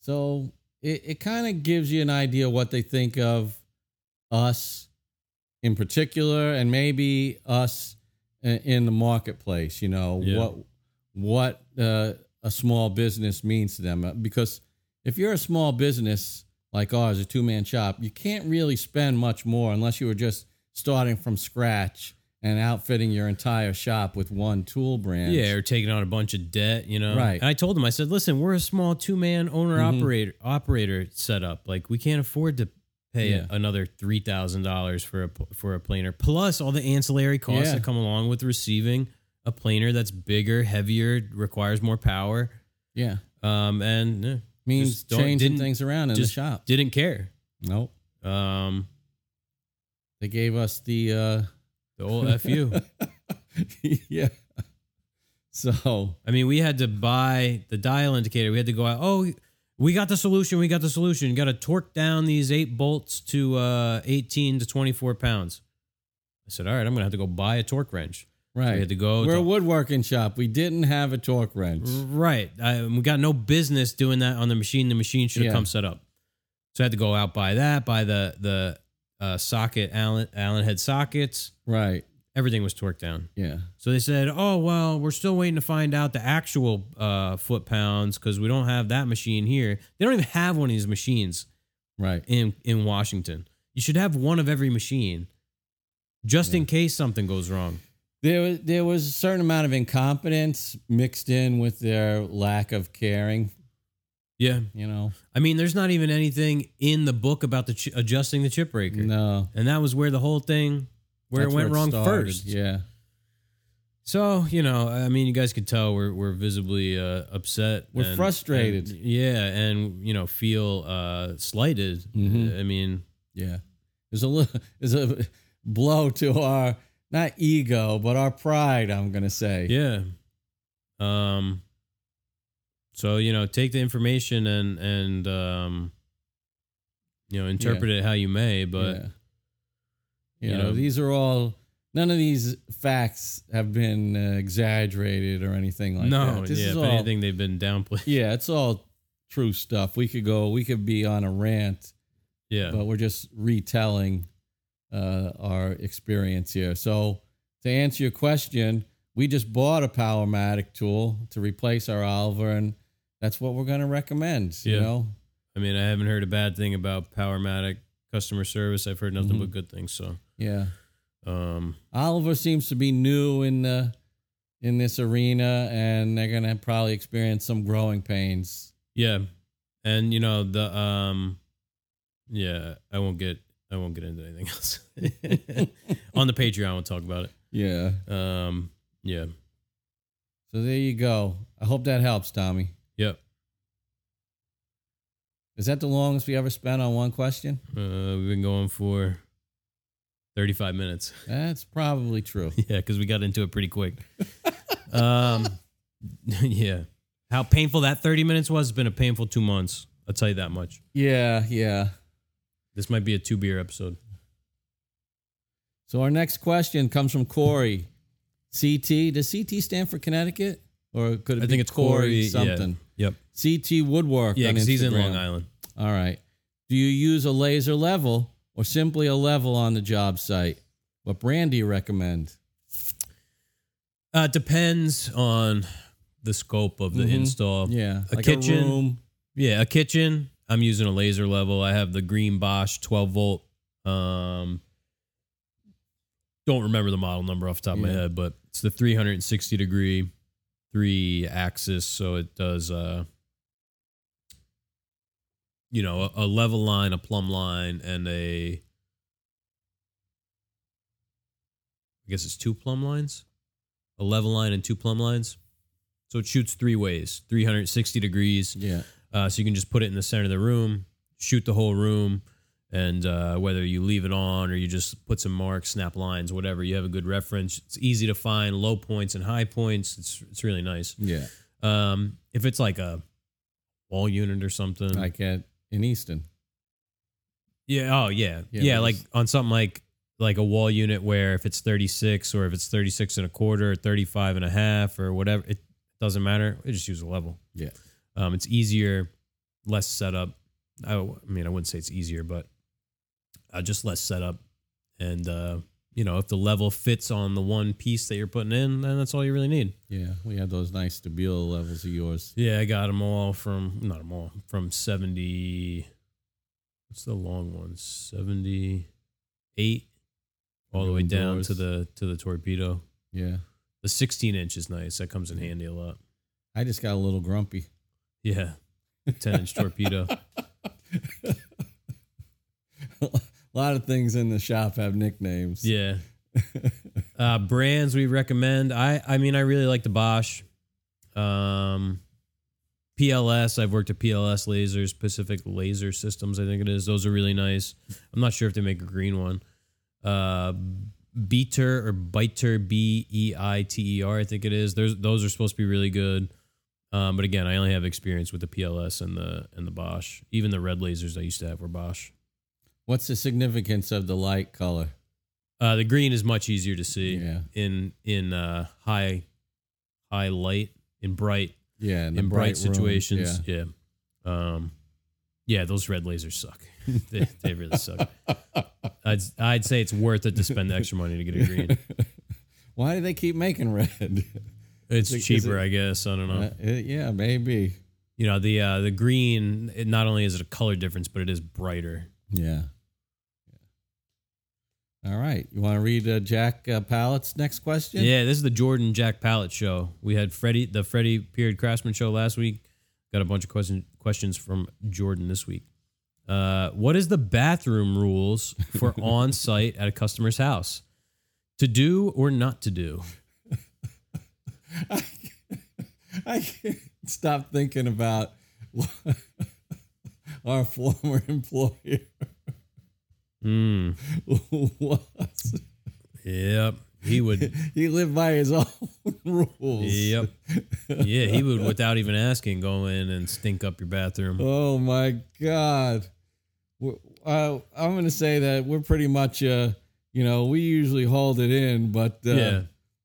[SPEAKER 3] so it, it kind of gives you an idea what they think of us in particular, and maybe us i- in the marketplace. You know
[SPEAKER 2] Yeah.
[SPEAKER 3] what what uh, a small business means to them. Uh, Because if you're a small business like ours, a two man shop, you can't really spend much more unless you were just starting from scratch and outfitting your entire shop with one tool brand.
[SPEAKER 2] yeah or taking on a bunch of debt you know
[SPEAKER 3] Right.
[SPEAKER 2] and
[SPEAKER 3] Mm-hmm.
[SPEAKER 2] i told them i said listen we're a small two-man owner operator operator setup like we can't afford to pay
[SPEAKER 3] Yeah.
[SPEAKER 2] another three thousand dollars for a pl- for a planer plus all the ancillary costs
[SPEAKER 3] Yeah.
[SPEAKER 2] that come along with receiving a planer that's bigger heavier requires more power
[SPEAKER 3] Yeah.
[SPEAKER 2] um and eh,
[SPEAKER 3] means
[SPEAKER 2] Just don't-
[SPEAKER 3] changing
[SPEAKER 2] didn't-
[SPEAKER 3] things around in
[SPEAKER 2] just
[SPEAKER 3] the shop.
[SPEAKER 2] didn't care
[SPEAKER 3] Nope.
[SPEAKER 2] um
[SPEAKER 3] They gave us the uh
[SPEAKER 2] the old fu
[SPEAKER 3] yeah. So
[SPEAKER 2] I mean, we had to buy the dial indicator. We had to go out. Oh, we got the solution. We got the solution. Got to torque down these eight bolts to uh, 18 to 24 pounds. I said, all right, I'm going to have to go buy a torque wrench.
[SPEAKER 3] right.
[SPEAKER 2] We had to go.
[SPEAKER 3] We're
[SPEAKER 2] to- Mm.
[SPEAKER 3] a woodworking shop. We didn't have a torque wrench.
[SPEAKER 2] right. I, we got no business doing that on the machine. The machine should have
[SPEAKER 3] Yeah.
[SPEAKER 2] come set up. So I had to go out buy that, buy the the uh, socket Allen Allen head sockets.
[SPEAKER 3] Right.
[SPEAKER 2] Everything was torqued down.
[SPEAKER 3] Yeah.
[SPEAKER 2] So they said, "Oh well, we're still waiting to find out the actual uh, foot pounds because we don't have that machine here. They don't even have one of these machines
[SPEAKER 3] Right.
[SPEAKER 2] in in Washington. You should have one of every machine, just in case something goes wrong."
[SPEAKER 3] There was there was a certain amount of incompetence mixed in with their lack of caring,
[SPEAKER 2] Yeah,
[SPEAKER 3] you know.
[SPEAKER 2] I mean, there's not even anything in the book about the ch- adjusting the chip breaker,
[SPEAKER 3] No.
[SPEAKER 2] and that was where the whole thing where
[SPEAKER 3] That's
[SPEAKER 2] it went wrong
[SPEAKER 3] started.
[SPEAKER 2] first.
[SPEAKER 3] Yeah.
[SPEAKER 2] So you know, I mean, you guys could tell we're we're visibly uh, upset.
[SPEAKER 3] We're frustrated.
[SPEAKER 2] and- yeah, and you know, feel uh, slighted.
[SPEAKER 3] Mhm.
[SPEAKER 2] I mean,
[SPEAKER 3] Yeah. There's a little there's a blow to our not ego, but our pride, I'm gonna say.
[SPEAKER 2] yeah. Um. So you know, take the information and and um, you know, interpret it how you may, but
[SPEAKER 3] yeah. you,
[SPEAKER 2] you
[SPEAKER 3] know,
[SPEAKER 2] know-
[SPEAKER 3] these are all none of these facts have been uh, exaggerated or anything like
[SPEAKER 2] no,
[SPEAKER 3] that. This
[SPEAKER 2] yeah.
[SPEAKER 3] is
[SPEAKER 2] If
[SPEAKER 3] all,
[SPEAKER 2] anything, they've been downplayed.
[SPEAKER 3] yeah, it's all true stuff. We could go, we could be on a rant,
[SPEAKER 2] Yeah,
[SPEAKER 3] but we're just retelling uh, our experience here. So to answer your question, we just bought a Powermatic tool to replace our Oliver, and that's what we're going to recommend. You
[SPEAKER 2] Yeah.
[SPEAKER 3] know,
[SPEAKER 2] I mean, I haven't heard a bad thing about Powermatic customer service. I've heard nothing
[SPEAKER 3] Mhm.
[SPEAKER 2] but good things. So,
[SPEAKER 3] yeah.
[SPEAKER 2] um,
[SPEAKER 3] Oliver seems to be new in the in this arena, and they're gonna probably experience some growing pains.
[SPEAKER 2] Yeah. And you know, the um yeah, I won't get I won't get into anything else. On the Patreon we'll talk about it.
[SPEAKER 3] Yeah.
[SPEAKER 2] Um yeah.
[SPEAKER 3] So there you go. I hope that helps, Tommy.
[SPEAKER 2] Yep.
[SPEAKER 3] Is that the longest we ever spent on one question?
[SPEAKER 2] Uh we've been going for 35 minutes.
[SPEAKER 3] That's probably true.
[SPEAKER 2] Yeah, cuz we got into it pretty quick. um yeah. How painful that 30 minutes was, it's been a painful 2 months. I'll tell you that much.
[SPEAKER 3] Yeah, yeah.
[SPEAKER 2] This might be a two beer episode.
[SPEAKER 3] So our next question comes from Corey. CT. Does CT stand for Connecticut? Or could it
[SPEAKER 2] I
[SPEAKER 3] be
[SPEAKER 2] think it's Corey yeah.
[SPEAKER 3] something?
[SPEAKER 2] Yep.
[SPEAKER 3] CT Woodwork.
[SPEAKER 2] Yeah,
[SPEAKER 3] on
[SPEAKER 2] cuz he's in
[SPEAKER 3] Instagram.
[SPEAKER 2] Long Island.
[SPEAKER 3] All right. Do you use a laser level or simply a level on the job site? What brand do you recommend?
[SPEAKER 2] Uh, depends on the scope of the
[SPEAKER 3] Mhm.
[SPEAKER 2] install.
[SPEAKER 3] Yeah,
[SPEAKER 2] a kitchen. Yeah, a kitchen. I'm using a laser level. I have the green Bosch 12 volt. Um, don't remember the model number off the top of
[SPEAKER 3] Yeah.
[SPEAKER 2] my head, but it's the 360 degree, three axis. So it does, uh, you know, a, a level line, a plumb line, and a. I guess it's two plumb lines, a level line and two plumb lines. So it shoots three ways, 360 degrees.
[SPEAKER 3] Yeah,
[SPEAKER 2] Uh, so you can just put it in the center of the room, shoot the whole room, and uh, whether you leave it on or you just put some marks, snap lines, whatever, you have a good reference. It's easy to find low points and high points. It's it's really nice.
[SPEAKER 3] yeah.
[SPEAKER 2] Um, if it's like a wall unit or something,
[SPEAKER 3] Like at in Easton.
[SPEAKER 2] yeah, oh yeah,
[SPEAKER 3] Yeah,
[SPEAKER 2] yeah,
[SPEAKER 3] but
[SPEAKER 2] like
[SPEAKER 3] it's-
[SPEAKER 2] on something like like a wall unit where if it's 36 or if it's 36 and a quarter or 35 and a half or whatever, it doesn't matter. We just use a level.
[SPEAKER 3] Yeah.
[SPEAKER 2] Um, it's easier, less setup. I, w- I mean, I wouldn't say it's easier, but uh, just less setup. And uh, you know, if the level fits on the one piece that you're putting in, then that's all you really need.
[SPEAKER 3] Yeah, we have those nice stabilo levels of yours.
[SPEAKER 2] Yeah, I got them all from not them all from seventy. What's the long one? Seventy eight, all the way
[SPEAKER 3] Everyone
[SPEAKER 2] down
[SPEAKER 3] doors.
[SPEAKER 2] to the to the torpedo.
[SPEAKER 3] Yeah,
[SPEAKER 2] The sixteen inch is nice. That comes in handy a lot.
[SPEAKER 3] I just got a little grumpy.
[SPEAKER 2] Yeah, ten inch torpedo.
[SPEAKER 3] a lot of things in the shop have nicknames.
[SPEAKER 2] Yeah. uh, brands we recommend. I I mean I really like the Bosch. Um PLS, I've worked at PLS lasers, Pacific Laser Systems, I think it is. Those are really nice. I'm not sure if they make a green one. Uh Beater or Biter B E I T E R, I think it is. There's those are supposed to be really good. Um, but again, I only have experience with the PLS and the and the Bosch. Even the red lasers I used to have were Bosch.
[SPEAKER 3] What's the significance of the light color?
[SPEAKER 2] Uh, the green is much easier to see
[SPEAKER 3] Yeah.
[SPEAKER 2] in in uh, high high light in bright
[SPEAKER 3] Yeah, the
[SPEAKER 2] in bright,
[SPEAKER 3] room.
[SPEAKER 2] situations. Yeah. Um, yeah, those red lasers suck. they, they really suck. I'd I'd say it's worth it to spend the extra money to get a green.
[SPEAKER 3] Why do they keep making red?
[SPEAKER 2] It's
[SPEAKER 3] Is it-
[SPEAKER 2] cheaper, I guess. I don't know.
[SPEAKER 3] Uh, yeah, maybe.
[SPEAKER 2] You know the uh, the green. It, not only is it a color difference, but it is brighter.
[SPEAKER 3] Yeah. All right. You want to read uh, Jack uh, Pallett's next question?
[SPEAKER 2] Yeah, this is the Jordan Jack Pallet show. We had Freddie, the Freddie Period Craftsman show last week. Got a bunch of question, questions from Jordan this week. Uh, what is the bathroom rules for on site at a customer's house? To do or not to do?
[SPEAKER 3] I can't stop thinking about our former employer.
[SPEAKER 2] Hmm.
[SPEAKER 3] was.
[SPEAKER 2] yep. He would.
[SPEAKER 3] He lived by his own rules.
[SPEAKER 2] Yep. Yeah, he would, without even asking, go in and stink up your bathroom.
[SPEAKER 3] Oh my God. We're- Uh, I'm going to say that we're pretty much, uh, you know, we usually hold it in, but uh,
[SPEAKER 2] yeah.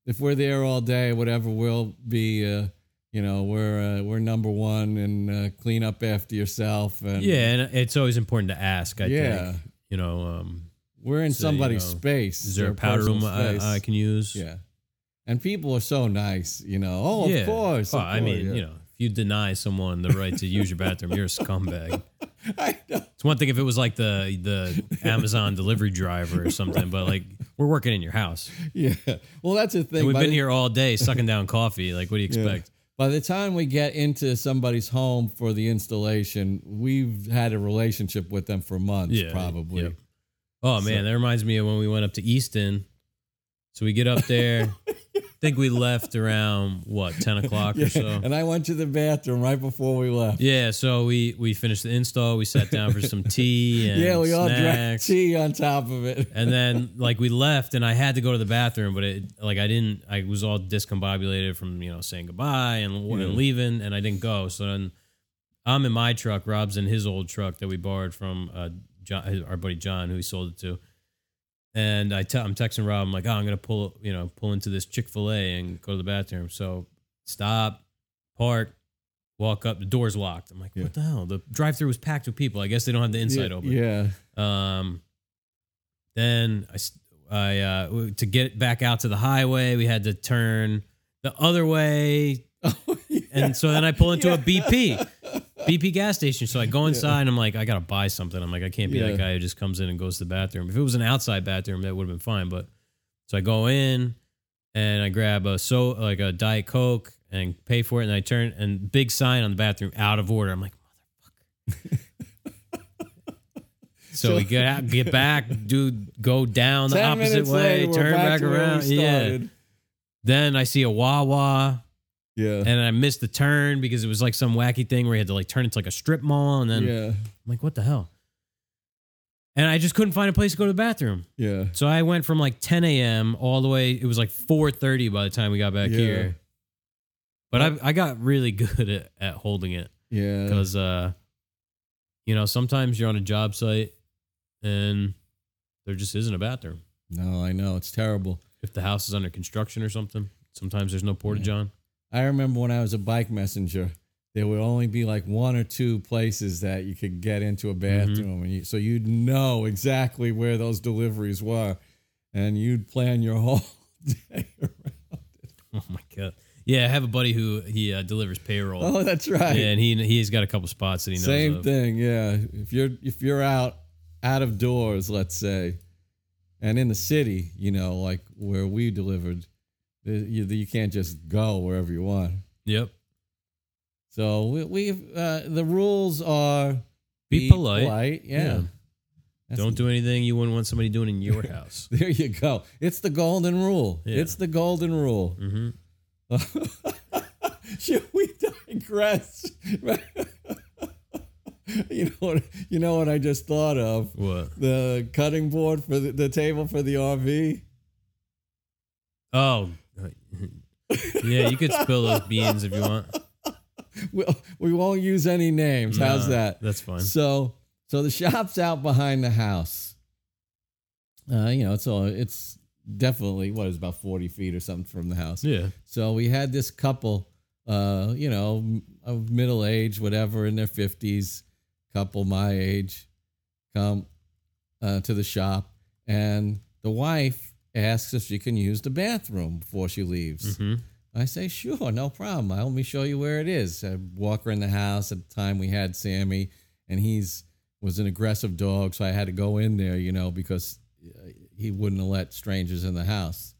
[SPEAKER 3] if we're there all day, whatever will be, uh, you know, we're uh, we're number one and uh, clean up after yourself. And
[SPEAKER 2] Yeah, and it's always important to ask. I
[SPEAKER 3] Yeah.
[SPEAKER 2] think. You know, um,
[SPEAKER 3] we're in
[SPEAKER 2] So, you
[SPEAKER 3] somebody's
[SPEAKER 2] know,
[SPEAKER 3] space.
[SPEAKER 2] is there a
[SPEAKER 3] their
[SPEAKER 2] powder
[SPEAKER 3] personal
[SPEAKER 2] room I, I
[SPEAKER 3] space.
[SPEAKER 2] can use?
[SPEAKER 3] Yeah, and people are so nice. You know, oh, of course.
[SPEAKER 2] Well,
[SPEAKER 3] of
[SPEAKER 2] I mean,
[SPEAKER 3] course,
[SPEAKER 2] you know, if you deny someone the right to use your bathroom, you're a scumbag.
[SPEAKER 3] yeah. I know.
[SPEAKER 2] It's one thing if it was like the the Amazon delivery driver or something, but like We're working in your house.
[SPEAKER 3] Yeah. Well, that's the thing.
[SPEAKER 2] And we've
[SPEAKER 3] By
[SPEAKER 2] been
[SPEAKER 3] the-
[SPEAKER 2] here all day sucking down coffee. Like, what do you
[SPEAKER 3] Yeah.
[SPEAKER 2] expect?
[SPEAKER 3] By the time we get into somebody's home for the installation, we've had a relationship with them for months,
[SPEAKER 2] Yeah,
[SPEAKER 3] probably.
[SPEAKER 2] yep. Oh man, that reminds me of when we went up to Easton. So we get up there. think we left around what ten o'clock
[SPEAKER 3] Yeah,
[SPEAKER 2] or so.
[SPEAKER 3] And I went to the bathroom right before we left.
[SPEAKER 2] Yeah, so we we finished the install. We sat down for some tea and
[SPEAKER 3] Yeah, we all drank
[SPEAKER 2] snacks.
[SPEAKER 3] tea on top of it.
[SPEAKER 2] And then like we left, and I had to go to the bathroom, but it like I didn't. I was all discombobulated from you know saying goodbye and,
[SPEAKER 3] Mm.
[SPEAKER 2] and leaving, and I didn't go. So then I'm in my truck. Rob's in his old truck that we borrowed from uh, John, his- our buddy John, who he sold it to. And I te- I'm texting Rob. I'm like, oh, I'm gonna pull you know pull into this Chick Fil A and go to the bathroom. So stop, park. Walk up, the door's locked. I'm like,
[SPEAKER 3] Yeah.
[SPEAKER 2] what the hell? The drive-through was packed with people. I guess they don't have the inside
[SPEAKER 3] yeah,
[SPEAKER 2] open.
[SPEAKER 3] Yeah.
[SPEAKER 2] Um, then I, s- I, uh, w- to get back out to the highway, we had to turn the other way, and so then I pull into a BP, BP gas station. So I go inside, and I'm like, I gotta buy something. I'm like, I can't be
[SPEAKER 3] Yeah.
[SPEAKER 2] that guy who just comes in and goes to the bathroom. If it was an outside bathroom, that would have been fine. But so I go in, and I grab a so like a diet coke and pay for it, and I turn and big sign on the bathroom out of order. I'm like. So,
[SPEAKER 3] So-
[SPEAKER 2] we get out, get back, dude, go down the
[SPEAKER 3] Ten
[SPEAKER 2] opposite
[SPEAKER 3] minutes
[SPEAKER 2] way,
[SPEAKER 3] later, we're
[SPEAKER 2] turn back,
[SPEAKER 3] to where we
[SPEAKER 2] around. Yeah.
[SPEAKER 3] started.
[SPEAKER 2] Then I see a Wawa
[SPEAKER 3] Yeah.
[SPEAKER 2] and I missed the turn because it was like some wacky thing where you had to like turn into like a strip mall. And then
[SPEAKER 3] yeah.
[SPEAKER 2] I'm like, what the hell? And I just couldn't find a place to go to the bathroom.
[SPEAKER 3] Yeah.
[SPEAKER 2] So I went from like 10 a.m. all the way, it was like 4.30 by the time we got back
[SPEAKER 3] Yeah.
[SPEAKER 2] here. But I, I got really good at, at holding it
[SPEAKER 3] Yeah.
[SPEAKER 2] because uh you know sometimes you're on a job site and there just isn't a bathroom
[SPEAKER 3] No, I know. It's terrible.
[SPEAKER 2] if the house is under construction or something sometimes there's no portage john
[SPEAKER 3] I remember when I was a bike messenger, there would only be like one or two places that you could get into
[SPEAKER 2] Mm-hmm.
[SPEAKER 3] a bathroom, and you, so you'd know exactly where those deliveries were, and you'd plan your whole day. around.
[SPEAKER 2] oh my god yeah i have a buddy who he uh, delivers payroll
[SPEAKER 3] Oh, that's right.
[SPEAKER 2] yeah and he he's got a couple spots that he knows
[SPEAKER 3] Same
[SPEAKER 2] of.
[SPEAKER 3] thing. Yeah. If you're if you're out out of doors, let's say, and in the city, you know, like where we delivered, uh, you, you can't just go wherever you want.
[SPEAKER 2] yep
[SPEAKER 3] So we, we've uh, the rules are
[SPEAKER 2] Be polite.
[SPEAKER 3] yeah.
[SPEAKER 2] Yeah.
[SPEAKER 3] That's-
[SPEAKER 2] don't do anything you wouldn't want somebody doing in your house
[SPEAKER 3] There you go. It's the golden rule.
[SPEAKER 2] Yeah.
[SPEAKER 3] It's the golden rule.
[SPEAKER 2] hmm
[SPEAKER 3] Should we digress? you know what? You know what I just thought of
[SPEAKER 2] what
[SPEAKER 3] the cutting board for the, the table for the RV.
[SPEAKER 2] oh yeah you could spill those beans if you want
[SPEAKER 3] We, we won't use any names. How's
[SPEAKER 2] Nah,
[SPEAKER 3] that?
[SPEAKER 2] that's fine
[SPEAKER 3] So, so the shop's out behind the house. Uh, you know, it's all it's definitely what is about forty feet or something from the house.
[SPEAKER 2] yeah
[SPEAKER 3] So we had this couple, uh, you know, m- of middle age, whatever, in their fifties, couple my age, come uh, to the shop, and the wife asks if she can use the bathroom before she leaves.
[SPEAKER 2] hmm
[SPEAKER 3] I say, sure, no problem. I'll let me show you where it is. I walk her in the house at the time we had Sammy, and he's was an aggressive dog, so I had to go in there, you know, because uh, he wouldn't have let strangers in the house.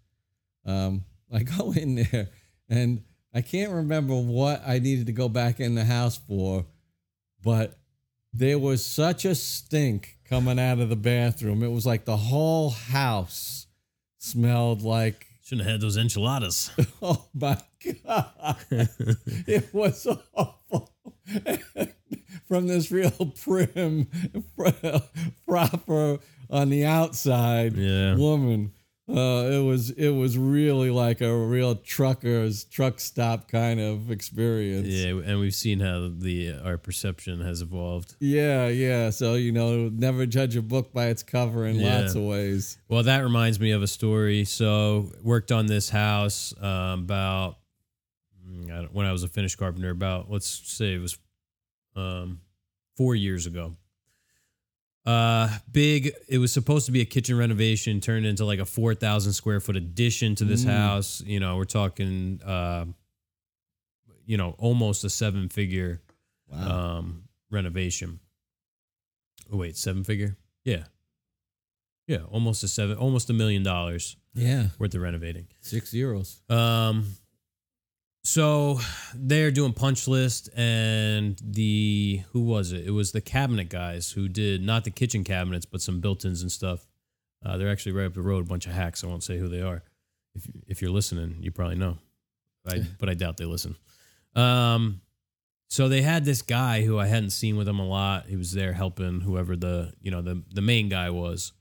[SPEAKER 3] Um, I go in there, and I can't remember what I needed to go back in the house for, but there was such a stink coming out of the bathroom. It was like the whole house smelled like
[SPEAKER 2] shouldn't have had those enchiladas
[SPEAKER 3] Oh my god, it was awful. From this real prim, proper on the outside
[SPEAKER 2] Yeah.
[SPEAKER 3] woman, uh, it was it was really like a real trucker's truck stop kind of experience.
[SPEAKER 2] Yeah, and we've seen how the our perception has evolved.
[SPEAKER 3] yeah, yeah. So you know, never judge a book by its cover in
[SPEAKER 2] Yeah.
[SPEAKER 3] lots of ways.
[SPEAKER 2] Well, that reminds me of a story. So, worked on this house um, about mm, I don't- when I was a Finnish carpenter. About let's say it was um, four years ago. Uh, big. It was supposed to be a kitchen renovation, turned into like a four thousand square foot addition to this
[SPEAKER 3] Mm.
[SPEAKER 2] house. You know, we're talking, uh, you know, almost a seven figure Oh, um, renovation. Oh, wait, seven figure? Yeah. Yeah, almost a seven, almost a million dollars
[SPEAKER 3] Yeah,
[SPEAKER 2] worth of renovating.
[SPEAKER 3] six euros.
[SPEAKER 2] Um, so they're doing punch list, and the who was it? It was the cabinet guys who did not the kitchen cabinets, but some built-ins and stuff. Uh, they're actually right up the road, a bunch of hacks. I won't say who they are. If if you're listening, you probably know. I, but I doubt they listen. Um, so they had this guy who I hadn't seen with them a lot. He was there helping whoever the you know the the main guy was,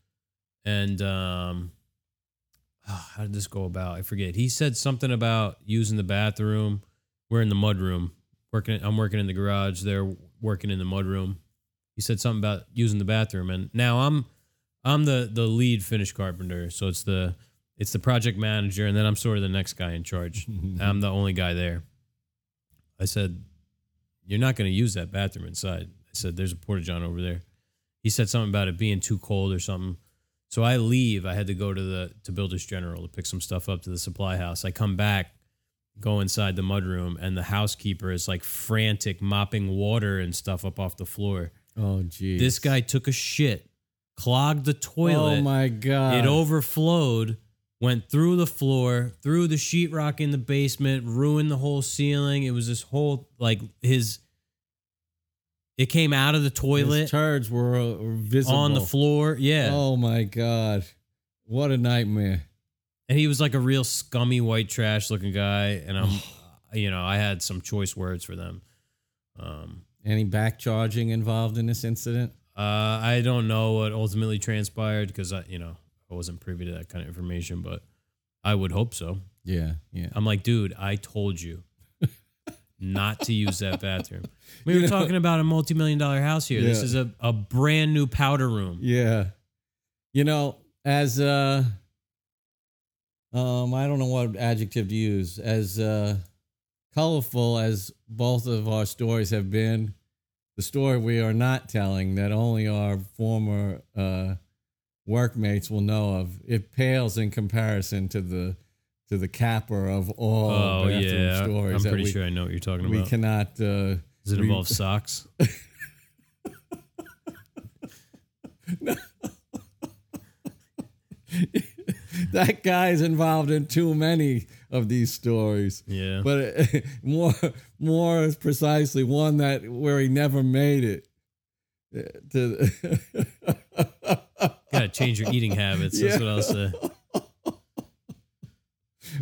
[SPEAKER 2] and um, ah, how did this go about? I forget. He said something about using the bathroom. We're in the mud room. Working, I'm working in the garage. They're working in the mud room. He said something about using the bathroom, and now I'm I'm the the lead finish carpenter. So it's the it's the project manager, and then I'm sort of the next guy in charge.
[SPEAKER 3] Mm-hmm.
[SPEAKER 2] I'm the only guy there. I said, "You're not going to use that bathroom inside." I said, "There's a porta john over there." He said something about it being too cold or something. So I leave. I had to go to the to Builders General to pick some stuff up to the supply house. I come back, go inside the mudroom, and the housekeeper is like frantic, mopping water and stuff up off the floor.
[SPEAKER 3] Oh, geez.
[SPEAKER 2] This guy took a shit, clogged the toilet.
[SPEAKER 3] Oh my god.
[SPEAKER 2] It overflowed, went through the floor, through the sheetrock in the basement, ruined the whole ceiling. It was this whole like his. It came out of the
[SPEAKER 3] His
[SPEAKER 2] toilet
[SPEAKER 3] turds were, uh, were visible
[SPEAKER 2] on the floor. Yeah.
[SPEAKER 3] Oh my god, what a nightmare.
[SPEAKER 2] and he was like a real scummy white trash looking guy and i'm you know i had some choice words for them um
[SPEAKER 3] Any back charging involved in this incident?
[SPEAKER 2] uh i don't know what ultimately transpired because i you know i wasn't privy to that kind of information but i would hope so
[SPEAKER 3] Yeah, yeah.
[SPEAKER 2] i'm like dude i told you not to use that bathroom we were
[SPEAKER 3] You know-
[SPEAKER 2] talking about a multi-million dollar house here this
[SPEAKER 3] Yeah.
[SPEAKER 2] is a, a brand new powder room
[SPEAKER 3] Yeah. You know, as uh um I don't know what adjective to use. As uh colorful as both of our stories have been, the story we are not telling that only our former uh workmates will know of, it pales in comparison to the to the capper of all
[SPEAKER 2] oh
[SPEAKER 3] bathroom
[SPEAKER 2] yeah
[SPEAKER 3] stories.
[SPEAKER 2] i'm
[SPEAKER 3] that
[SPEAKER 2] pretty
[SPEAKER 3] we,
[SPEAKER 2] sure i know what you're talking
[SPEAKER 3] we
[SPEAKER 2] about
[SPEAKER 3] cannot uh
[SPEAKER 2] does it
[SPEAKER 3] we-
[SPEAKER 2] involve socks
[SPEAKER 3] that guy is involved in too many of these stories.
[SPEAKER 2] yeah
[SPEAKER 3] but uh, more more precisely one that where he never made it Uh, to
[SPEAKER 2] Gotta change your eating habits. That's what I'll say.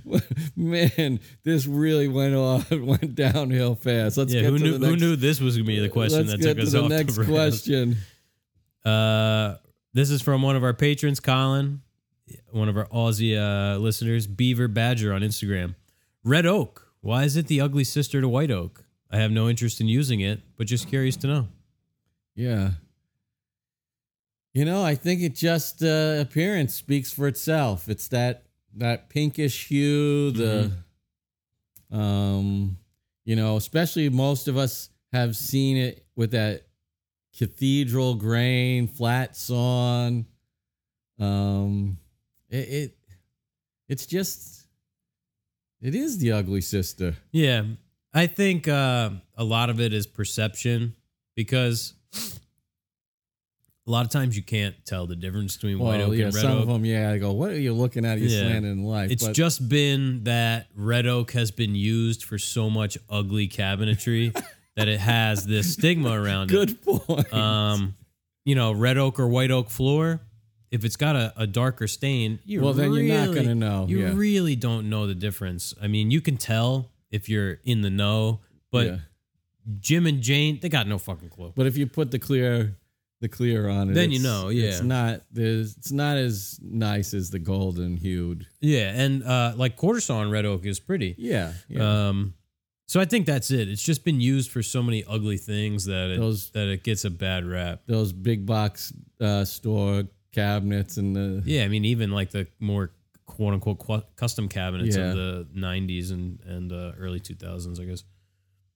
[SPEAKER 3] man this really went off went downhill fast let's
[SPEAKER 2] yeah,
[SPEAKER 3] get
[SPEAKER 2] who
[SPEAKER 3] to
[SPEAKER 2] knew,
[SPEAKER 3] the next,
[SPEAKER 2] who knew this was gonna be the question
[SPEAKER 3] let's
[SPEAKER 2] that
[SPEAKER 3] get
[SPEAKER 2] took us
[SPEAKER 3] to the
[SPEAKER 2] off
[SPEAKER 3] next
[SPEAKER 2] the rails?
[SPEAKER 3] question
[SPEAKER 2] Uh, this is from one of our patrons, Colin, one of our Aussie uh, listeners, Beaver Badger on Instagram. Red oak. Why is it the ugly sister to white oak? I have no interest in using it, but just curious to know.
[SPEAKER 3] yeah you know i think it just uh, appearance speaks for itself it's that that pinkish hue the
[SPEAKER 2] Mm-hmm.
[SPEAKER 3] um you know especially most of us have seen it with that cathedral grain flat sawn um it, it it's just it is the ugly sister
[SPEAKER 2] Yeah, I think uh, a lot of it is perception because a lot of times you can't tell the difference between white oak
[SPEAKER 3] yeah
[SPEAKER 2] and red
[SPEAKER 3] some
[SPEAKER 2] oak.
[SPEAKER 3] of them yeah i go what are you looking at you
[SPEAKER 2] Yeah.
[SPEAKER 3] slanting life
[SPEAKER 2] It's
[SPEAKER 3] But-
[SPEAKER 2] just been that red oak has been used for so much ugly cabinetry that it has this stigma around
[SPEAKER 3] good point
[SPEAKER 2] it. Um, you know, red oak or white oak floor. If it's got a, a darker stain, you
[SPEAKER 3] Well, then you're not
[SPEAKER 2] really-
[SPEAKER 3] gonna know,
[SPEAKER 2] You
[SPEAKER 3] yeah.
[SPEAKER 2] really don't know the difference. I mean, you can tell if you're in the know, but
[SPEAKER 3] Yeah.
[SPEAKER 2] Jim and Jane, they got no fucking clue.
[SPEAKER 3] But if you put the clear the clear on it,
[SPEAKER 2] Then you
[SPEAKER 3] it's-
[SPEAKER 2] know, yeah.
[SPEAKER 3] It's not there's it's not as nice as the golden hued.
[SPEAKER 2] Yeah, and uh, like quarter saw in red oak is pretty.
[SPEAKER 3] Yeah. yeah.
[SPEAKER 2] Um, so I think that's it. It's just been used for so many ugly things that it,
[SPEAKER 3] Those-
[SPEAKER 2] that it gets a bad rap.
[SPEAKER 3] Those big box uh, store cabinets and the
[SPEAKER 2] Yeah, I mean, even like the more quote unquote qu- custom cabinets
[SPEAKER 3] Yeah.
[SPEAKER 2] of the '90s and and uh, early 2000s, I guess.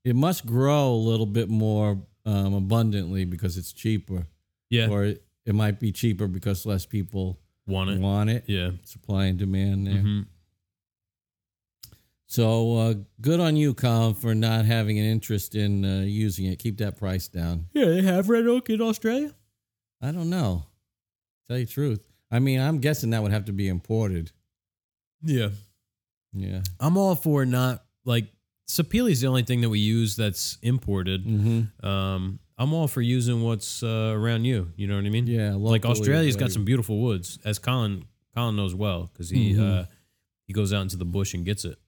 [SPEAKER 3] it must grow a little bit more um, abundantly because it's cheaper.
[SPEAKER 2] Yeah,
[SPEAKER 3] Or it, it might be cheaper because less people
[SPEAKER 2] want it?
[SPEAKER 3] want it.
[SPEAKER 2] Yeah,
[SPEAKER 3] Supply and demand there.
[SPEAKER 2] Mhm.
[SPEAKER 3] So uh, good on you, Colin, for not having an interest in uh, using it. Keep that price down.
[SPEAKER 2] yeah. They have red oak in Australia.
[SPEAKER 3] I don't know. Tell you the truth. I mean, I'm guessing that would have to be imported.
[SPEAKER 2] Yeah.
[SPEAKER 3] Yeah.
[SPEAKER 2] I'm all for not like Sapele is the only thing that we use that's imported.
[SPEAKER 3] Mm-hmm.
[SPEAKER 2] Um, I'm all for using what's uh, around you. You know what I mean?
[SPEAKER 3] Yeah.
[SPEAKER 2] Like
[SPEAKER 3] locally
[SPEAKER 2] Australia's got
[SPEAKER 3] available.
[SPEAKER 2] some beautiful woods, as Colin Colin knows well because he
[SPEAKER 3] Mhm.
[SPEAKER 2] uh, he goes out into the bush and gets it.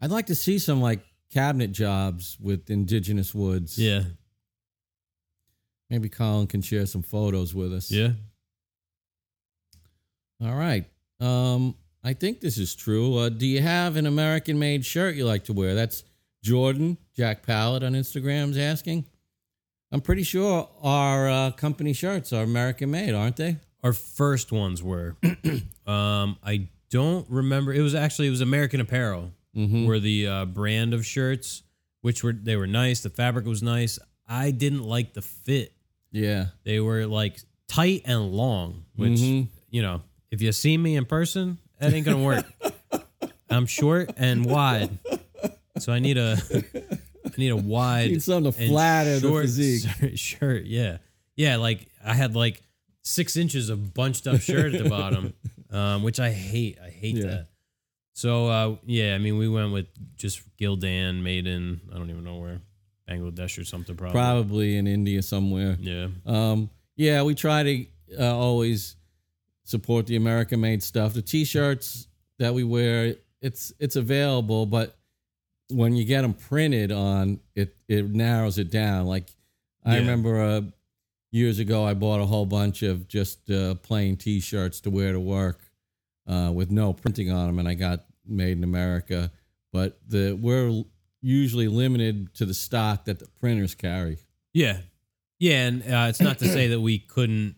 [SPEAKER 3] I'd like to see some like cabinet jobs with indigenous woods.
[SPEAKER 2] Yeah.
[SPEAKER 3] Maybe Colin can share some photos with us.
[SPEAKER 2] Yeah.
[SPEAKER 3] All right. Um, I think this is true. Uh, do you have an American made shirt you like to wear? That's Jordan, Jack Pallet on Instagram's asking. I'm pretty sure our uh, company shirts are American made, aren't they?
[SPEAKER 2] Our first ones were. um, I don't remember. It was actually it was American Apparel.
[SPEAKER 3] Mm-hmm.
[SPEAKER 2] were the uh, brand of shirts, which were they were nice. The fabric was nice. I didn't like the fit.
[SPEAKER 3] Yeah.
[SPEAKER 2] They were like tight and long, which
[SPEAKER 3] Mhm.
[SPEAKER 2] you know, if you see me in person, that ain't gonna work. I'm short and wide, so I need a I need a wide
[SPEAKER 3] Need something to
[SPEAKER 2] and
[SPEAKER 3] flatter the
[SPEAKER 2] short
[SPEAKER 3] physique.
[SPEAKER 2] s- Shirt, yeah, yeah. Like I had like six inches of bunched up shirt at the bottom, um, which I hate. I hate
[SPEAKER 3] Yeah.
[SPEAKER 2] that. So uh, yeah, I mean, we went with just Gildan, made in I don't even know where, Bangladesh or something probably.
[SPEAKER 3] Probably in India somewhere.
[SPEAKER 2] Yeah,
[SPEAKER 3] Um, yeah, we try to uh, always support the American made stuff. The t-shirts that we wear, it's it's available, but when you get them printed on, it it narrows it down. Like I
[SPEAKER 2] Yeah.
[SPEAKER 3] remember uh, years ago, I bought a whole bunch of just uh, plain t-shirts to wear to work uh, with no printing on them, and I got made in America. But the we're usually limited to the stock that the printers carry.
[SPEAKER 2] yeah, yeah. And uh, it's not to say that we couldn't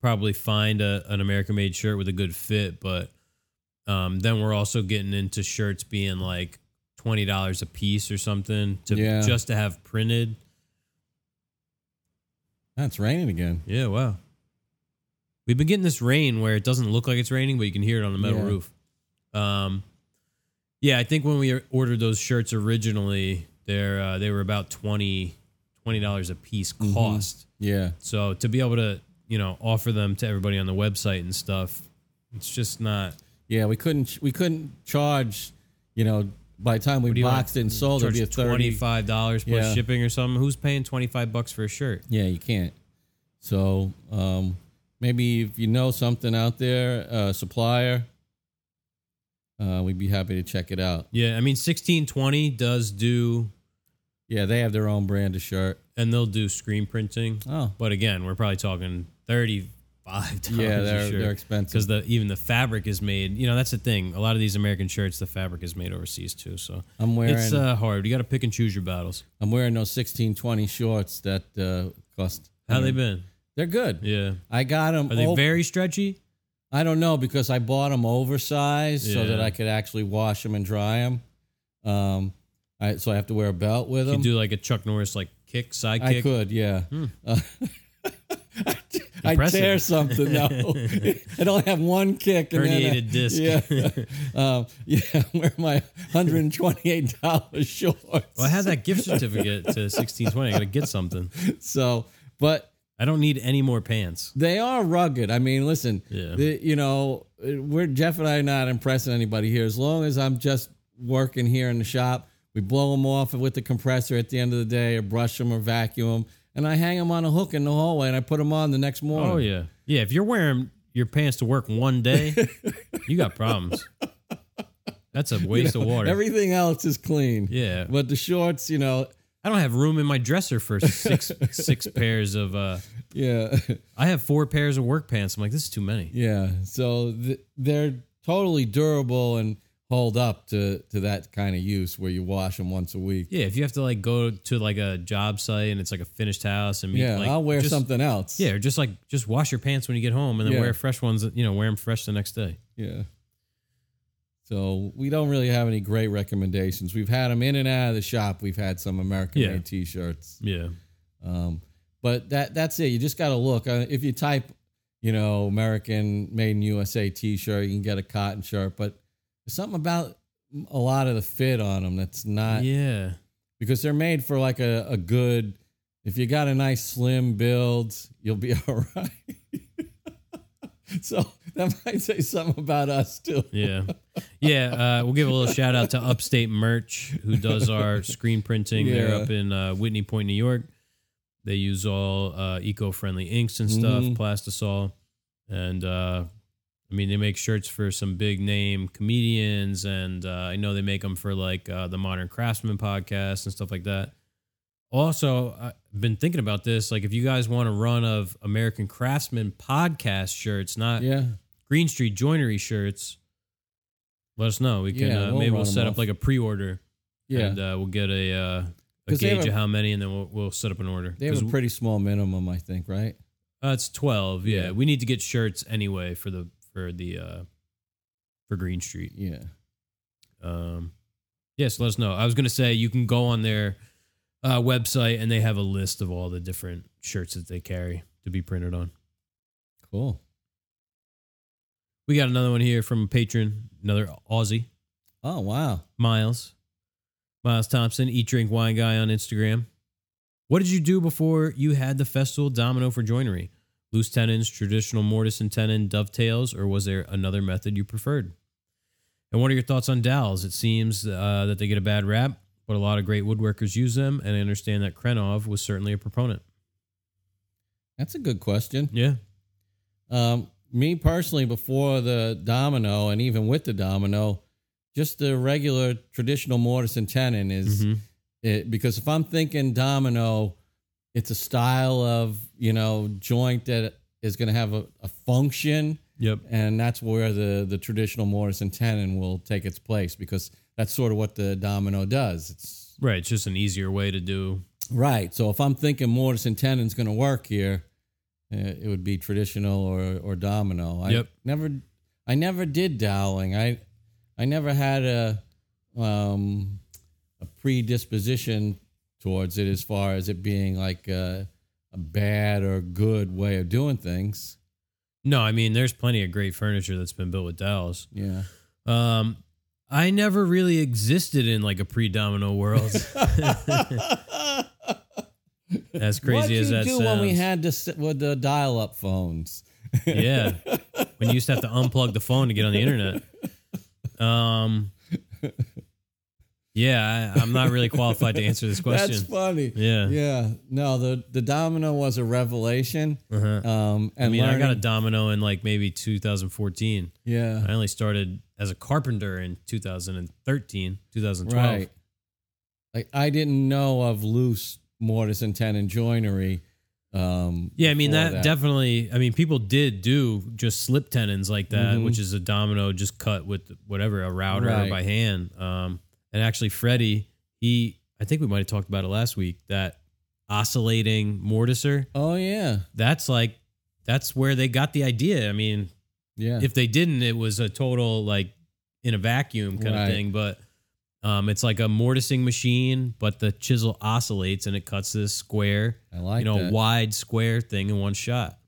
[SPEAKER 2] probably find a, an American made shirt with a good fit, but um, then we're also getting into shirts being like twenty dollars a piece or something to
[SPEAKER 3] Yeah.
[SPEAKER 2] just to have printed.
[SPEAKER 3] Ah, it's raining again.
[SPEAKER 2] Yeah, wow. We've been getting this rain where it doesn't look like it's raining, but you can hear it on the metal
[SPEAKER 3] Yeah.
[SPEAKER 2] roof. Um, yeah, I think when we ordered those shirts originally, they're uh, they were about 20 dollars a piece
[SPEAKER 3] Mhm.
[SPEAKER 2] cost.
[SPEAKER 3] Yeah.
[SPEAKER 2] So to be able to you know offer them to everybody on the website and stuff, it's just not.
[SPEAKER 3] Yeah, we couldn't we couldn't charge, you know, by the time we
[SPEAKER 2] do you
[SPEAKER 3] boxed it and sold it'd be a
[SPEAKER 2] twenty
[SPEAKER 3] thirty.
[SPEAKER 2] five dollars plus
[SPEAKER 3] Yeah.
[SPEAKER 2] shipping or something. Who's paying twenty five bucks for a shirt?
[SPEAKER 3] Yeah, you can't. So um, maybe if you know something out there, uh, supplier, uh, we'd be happy to check it out.
[SPEAKER 2] Yeah, I mean sixteen twenty does do,
[SPEAKER 3] Yeah, they have their own brand of shirt.
[SPEAKER 2] and they'll do screen printing.
[SPEAKER 3] Oh,
[SPEAKER 2] But again, we're probably talking thirty five dollars.
[SPEAKER 3] yeah, they're they're
[SPEAKER 2] because
[SPEAKER 3] expensive.
[SPEAKER 2] the even the fabric is made. You know that's the thing. A lot of these American shirts, the fabric is made overseas too. So
[SPEAKER 3] I'm wearing
[SPEAKER 2] it's uh, hard. You got to pick and choose your battles.
[SPEAKER 3] I'm wearing those sixteen twenty shorts that uh, cost.
[SPEAKER 2] How they been?
[SPEAKER 3] They're good.
[SPEAKER 2] Yeah,
[SPEAKER 3] I got them.
[SPEAKER 2] are they very stretchy?
[SPEAKER 3] I don't know because I bought them oversized so
[SPEAKER 2] Yeah.
[SPEAKER 3] that I could actually wash them and dry them. Um, I, so I have to wear a belt with
[SPEAKER 2] You
[SPEAKER 3] them.
[SPEAKER 2] do like a Chuck Norris like kick side
[SPEAKER 3] I
[SPEAKER 2] kick. Hmm.
[SPEAKER 3] could, yeah. Uh, I- I
[SPEAKER 2] Impressive.
[SPEAKER 3] tear something though. I don't have one kick. and then I-
[SPEAKER 2] Herniated disc.
[SPEAKER 3] Yeah, um, yeah. Where my hundred and twenty-eight dollars shorts.
[SPEAKER 2] Well, I have that gift certificate to sixteen twenty. I gotta get something.
[SPEAKER 3] So, but
[SPEAKER 2] I don't need any more pants.
[SPEAKER 3] They are rugged. I mean, listen,
[SPEAKER 2] Yeah.
[SPEAKER 3] the- you know, we're Jeff and I are not impressing anybody here. As long as I'm just working here in the shop, we blow them off with the compressor at the end of the day, or brush them, or vacuum them, and I hang them on a hook in the hallway, and I put them on the next morning.
[SPEAKER 2] Oh yeah, yeah. If you're wearing your pants to work one day, you got problems. That's a waste of water.
[SPEAKER 3] Everything else is clean.
[SPEAKER 2] Oh, yeah,
[SPEAKER 3] But the shorts, you know,
[SPEAKER 2] I don't have room in my dresser for six six pairs of. uh
[SPEAKER 3] yeah,
[SPEAKER 2] I have four pairs of work pants. I'm like, this is too many.
[SPEAKER 3] yeah. So th- they're totally durable and hold up to to that kind of use where you wash them once a week.
[SPEAKER 2] Yeah, if you have to like go to like a job site and it's like a finished house and meet,
[SPEAKER 3] Yeah,
[SPEAKER 2] like,
[SPEAKER 3] I'll wear
[SPEAKER 2] just-
[SPEAKER 3] something else.
[SPEAKER 2] Yeah, or just like just wash your pants when you get home and then
[SPEAKER 3] Yeah.
[SPEAKER 2] wear fresh ones. You know, wear them fresh the next day.
[SPEAKER 3] Yeah. So we don't really have any great recommendations. We've had them in and out of the shop. We've had some American
[SPEAKER 2] Yeah.
[SPEAKER 3] made T-shirts,
[SPEAKER 2] Yeah.
[SPEAKER 3] um, but that that's it. You just got to look. Uh, if you type, you know, American made in USA T-shirt, you can get a cotton shirt. But there's something about a lot of the fit on them that's not
[SPEAKER 2] yeah.
[SPEAKER 3] because they're made for like a, a good. If you got a nice slim build, you'll be all right. So that might say something about us too.
[SPEAKER 2] Yeah. Yeah. Uh, we'll give a little shout out to Upstate Merch, who does our screen printing. They're
[SPEAKER 3] Yeah.
[SPEAKER 2] up in uh, Whitney Point, New York. They use all uh, eco friendly inks and stuff,
[SPEAKER 3] Mhm.
[SPEAKER 2] Plastisol. And uh, I mean, they make shirts for some big name comedians. And uh, I know they make them for like uh, the Modern Craftsman podcast and stuff like that. Also, I've been thinking about this. Like, if you guys want a run of American Craftsman podcast shirts, not
[SPEAKER 3] Yeah.
[SPEAKER 2] Green Street Joinery shirts, let us know. We can
[SPEAKER 3] Yeah,
[SPEAKER 2] uh,
[SPEAKER 3] we'll
[SPEAKER 2] maybe
[SPEAKER 3] run
[SPEAKER 2] we'll
[SPEAKER 3] 'em
[SPEAKER 2] set up
[SPEAKER 3] off.
[SPEAKER 2] like a pre-order.
[SPEAKER 3] Yeah.
[SPEAKER 2] and uh, we'll get a uh, a
[SPEAKER 3] 'Cause they have
[SPEAKER 2] gauge
[SPEAKER 3] a-
[SPEAKER 2] of how many, and then we'll, we'll set up an order.
[SPEAKER 3] They have
[SPEAKER 2] 'Cause
[SPEAKER 3] a pretty small minimum, I think, right?
[SPEAKER 2] uh, it's twelve. Yeah.
[SPEAKER 3] Yeah.
[SPEAKER 2] we need to get shirts anyway for the for the uh, for Green Street.
[SPEAKER 3] Yeah.
[SPEAKER 2] Um, yes, let us know. I was gonna say you can go on their uh, website and they have a list of all the different shirts that they carry to be printed on.
[SPEAKER 3] Cool.
[SPEAKER 2] We got another one here from a patron, another Aussie.
[SPEAKER 3] Oh wow.
[SPEAKER 2] Miles. Miles Thompson, Eat Drink Wine Guy on Instagram. What did you do before you had the festival domino for joinery? Loose tenons, traditional mortise and tenon, dovetails, or was there another method you preferred? And what are your thoughts on dowels? It seems uh, that they get a bad rap, but a lot of great woodworkers use them, and I understand that Krenov was certainly a proponent.
[SPEAKER 3] That's a good question.
[SPEAKER 2] Yeah.
[SPEAKER 3] Um, me personally, before the domino and even with the domino, just the regular traditional mortise and tenon is
[SPEAKER 2] Mhm.
[SPEAKER 3] it, because if I'm thinking domino, it's a style of you know joint that is going to have a, a function,
[SPEAKER 2] Yep.
[SPEAKER 3] and that's where the the traditional mortise and tenon will take its place because that's sort of what the domino does. It's
[SPEAKER 2] Right. It's just an easier way to do.
[SPEAKER 3] Right. So if I'm thinking mortise and tenon's going to work here, uh, it would be traditional or or domino. I
[SPEAKER 2] Yep.
[SPEAKER 3] never I never did doweling. I I never had a um a predisposition towards it as far as it being like a, a bad or good way of doing things.
[SPEAKER 2] No, I mean, there's plenty of great furniture that's been built with dowels.
[SPEAKER 3] Yeah.
[SPEAKER 2] Um, I never really existed in like a pre-domino world. as
[SPEAKER 3] What'd
[SPEAKER 2] crazy
[SPEAKER 3] you
[SPEAKER 2] as that
[SPEAKER 3] do
[SPEAKER 2] sounds.
[SPEAKER 3] when we had the with the dial-up phones?
[SPEAKER 2] yeah, when you used to have to unplug the phone to get on the internet. Um, yeah, I, I'm not really qualified to answer this
[SPEAKER 3] That's
[SPEAKER 2] question.
[SPEAKER 3] funny.
[SPEAKER 2] Yeah.
[SPEAKER 3] Yeah. No, the the domino was a revelation.
[SPEAKER 2] Uh-huh.
[SPEAKER 3] Um and
[SPEAKER 2] I mean, I got a
[SPEAKER 3] learning-
[SPEAKER 2] domino in like maybe 2014.
[SPEAKER 3] Yeah.
[SPEAKER 2] I only started as a carpenter in 2013, 2012.
[SPEAKER 3] Right. Like I didn't know of loose mortise and tenon joinery. Um
[SPEAKER 2] Yeah, I mean
[SPEAKER 3] before
[SPEAKER 2] that, definitely. I mean, people did do just slip tenons like that,
[SPEAKER 3] Mhm.
[SPEAKER 2] which is a domino just cut with whatever a router
[SPEAKER 3] Right.
[SPEAKER 2] by hand. Um, and actually, Freddie, he I think we might have talked about it last week that oscillating mortiser.
[SPEAKER 3] Oh yeah.
[SPEAKER 2] That's like that's where they got the idea. I mean,
[SPEAKER 3] Yeah.
[SPEAKER 2] if they didn't, it was a total like in a vacuum kind
[SPEAKER 3] Right.
[SPEAKER 2] of thing. But um, it's like a mortising machine, but the chisel oscillates and it cuts this square
[SPEAKER 3] I like
[SPEAKER 2] you know,
[SPEAKER 3] that.
[SPEAKER 2] wide square thing in one shot.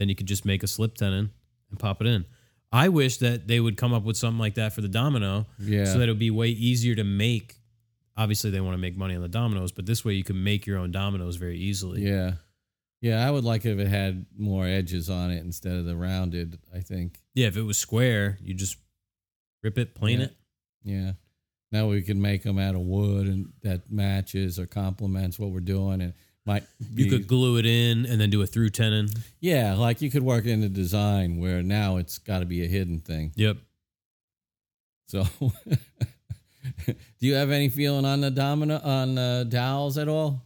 [SPEAKER 2] Then you could just make a slip tenon and pop it in. I wish that they would come up with something like that for the domino
[SPEAKER 3] yeah.
[SPEAKER 2] so that it would be way easier to make. Obviously, they want to make money on the dominoes, but this way you can make your own dominoes very easily.
[SPEAKER 3] yeah. Yeah, I would like if it had more edges on it instead of the rounded, I think.
[SPEAKER 2] Yeah, if it was square, you just rip it, plane
[SPEAKER 3] Yeah.
[SPEAKER 2] it.
[SPEAKER 3] Yeah. Now we can make them out of wood and that matches or complements what we're doing and might
[SPEAKER 2] You
[SPEAKER 3] be-
[SPEAKER 2] could glue it in and then do a through tenon.
[SPEAKER 3] Yeah, like you could work in the design where now it's got to be a hidden thing.
[SPEAKER 2] Yep.
[SPEAKER 3] So, do you have any feeling on the domino on the dowels at all?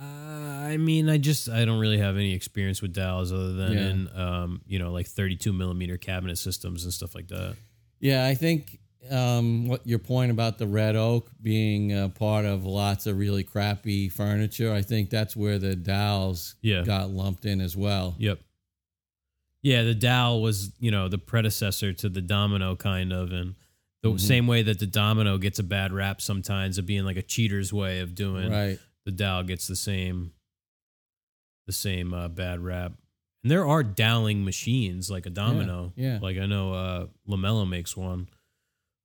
[SPEAKER 2] Uh, I mean, I just I don't really have any experience with dowels other than
[SPEAKER 3] Yeah.
[SPEAKER 2] in um, you know like 32 millimeter cabinet systems and stuff like that.
[SPEAKER 3] Yeah, I think um, what your point about the red oak being uh, part of lots of really crappy furniture. I think that's where the dowels
[SPEAKER 2] Yeah.
[SPEAKER 3] got lumped in as well.
[SPEAKER 2] Yep. Yeah, the dowel was, you know, the predecessor to the domino kind of and the
[SPEAKER 3] Mhm.
[SPEAKER 2] same way that the domino gets a bad rap sometimes of being like a cheater's way of doing
[SPEAKER 3] Right.
[SPEAKER 2] the dowel gets the same the same uh, bad rap. And there are doweling machines like a domino.
[SPEAKER 3] yeah.
[SPEAKER 2] Like I know uh Lamello makes one.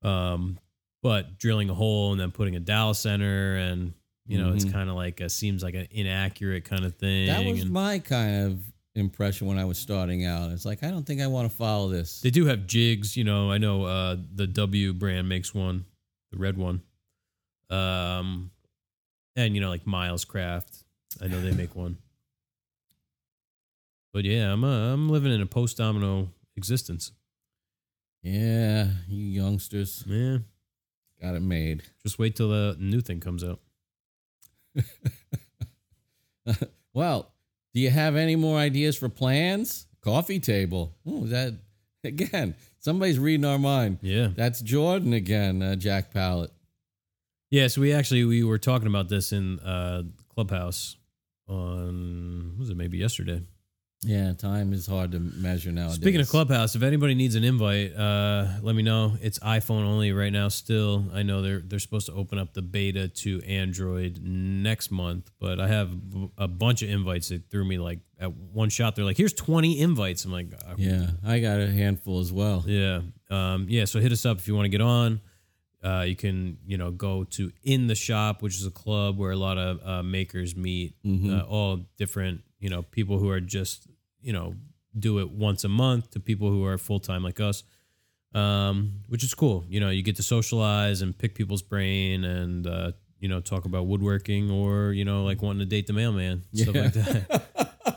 [SPEAKER 2] Um but drilling a hole and then putting a dowel center and you know, it's
[SPEAKER 3] Mhm.
[SPEAKER 2] kind of like a, seems like an inaccurate kind of thing.
[SPEAKER 3] That was
[SPEAKER 2] and-
[SPEAKER 3] my kind of impression when I was starting out. It's like I don't think I want to follow this.
[SPEAKER 2] They do have jigs, you know. I know uh, the W brand makes one, the red one. Um, and you know, like Miles Craft, I know they make one. But yeah, I'm uh, I'm living in a post domino existence.
[SPEAKER 3] Yeah, you youngsters
[SPEAKER 2] Yeah,
[SPEAKER 3] got it made.
[SPEAKER 2] just wait till the new thing comes out.
[SPEAKER 3] well, do you have any more ideas for plans? Coffee table. Oh, that again. Somebody's reading our mind.
[SPEAKER 2] Yeah,
[SPEAKER 3] That's Jordan again, uh, Jack Pallet.
[SPEAKER 2] yeah. So we actually we were talking about this in uh, Clubhouse on what was it maybe yesterday.
[SPEAKER 3] Yeah, time is hard to measure nowadays.
[SPEAKER 2] Speaking of Clubhouse, if anybody needs an invite, uh, let me know. It's iPhone only right now. Still, I know they're they're supposed to open up the beta to Android next month, but I have b- a bunch of invites. They threw me like at one shot. They're like, "Here's 20 invites." I'm like, uh,
[SPEAKER 3] yeah, I got a handful as well.
[SPEAKER 2] yeah, um, yeah. So hit us up if you want to get on. Uh, you can you know go to in the shop, which is a club where a lot of uh, makers meet,
[SPEAKER 3] Mm-hmm.
[SPEAKER 2] uh, all different you know people who are just you know do it once a month to people who are full time like us, um, which is cool. You know, you get to socialize and pick people's brain and. Uh, you know, talk about woodworking or, you know, like wanting to date the mailman, stuff like that.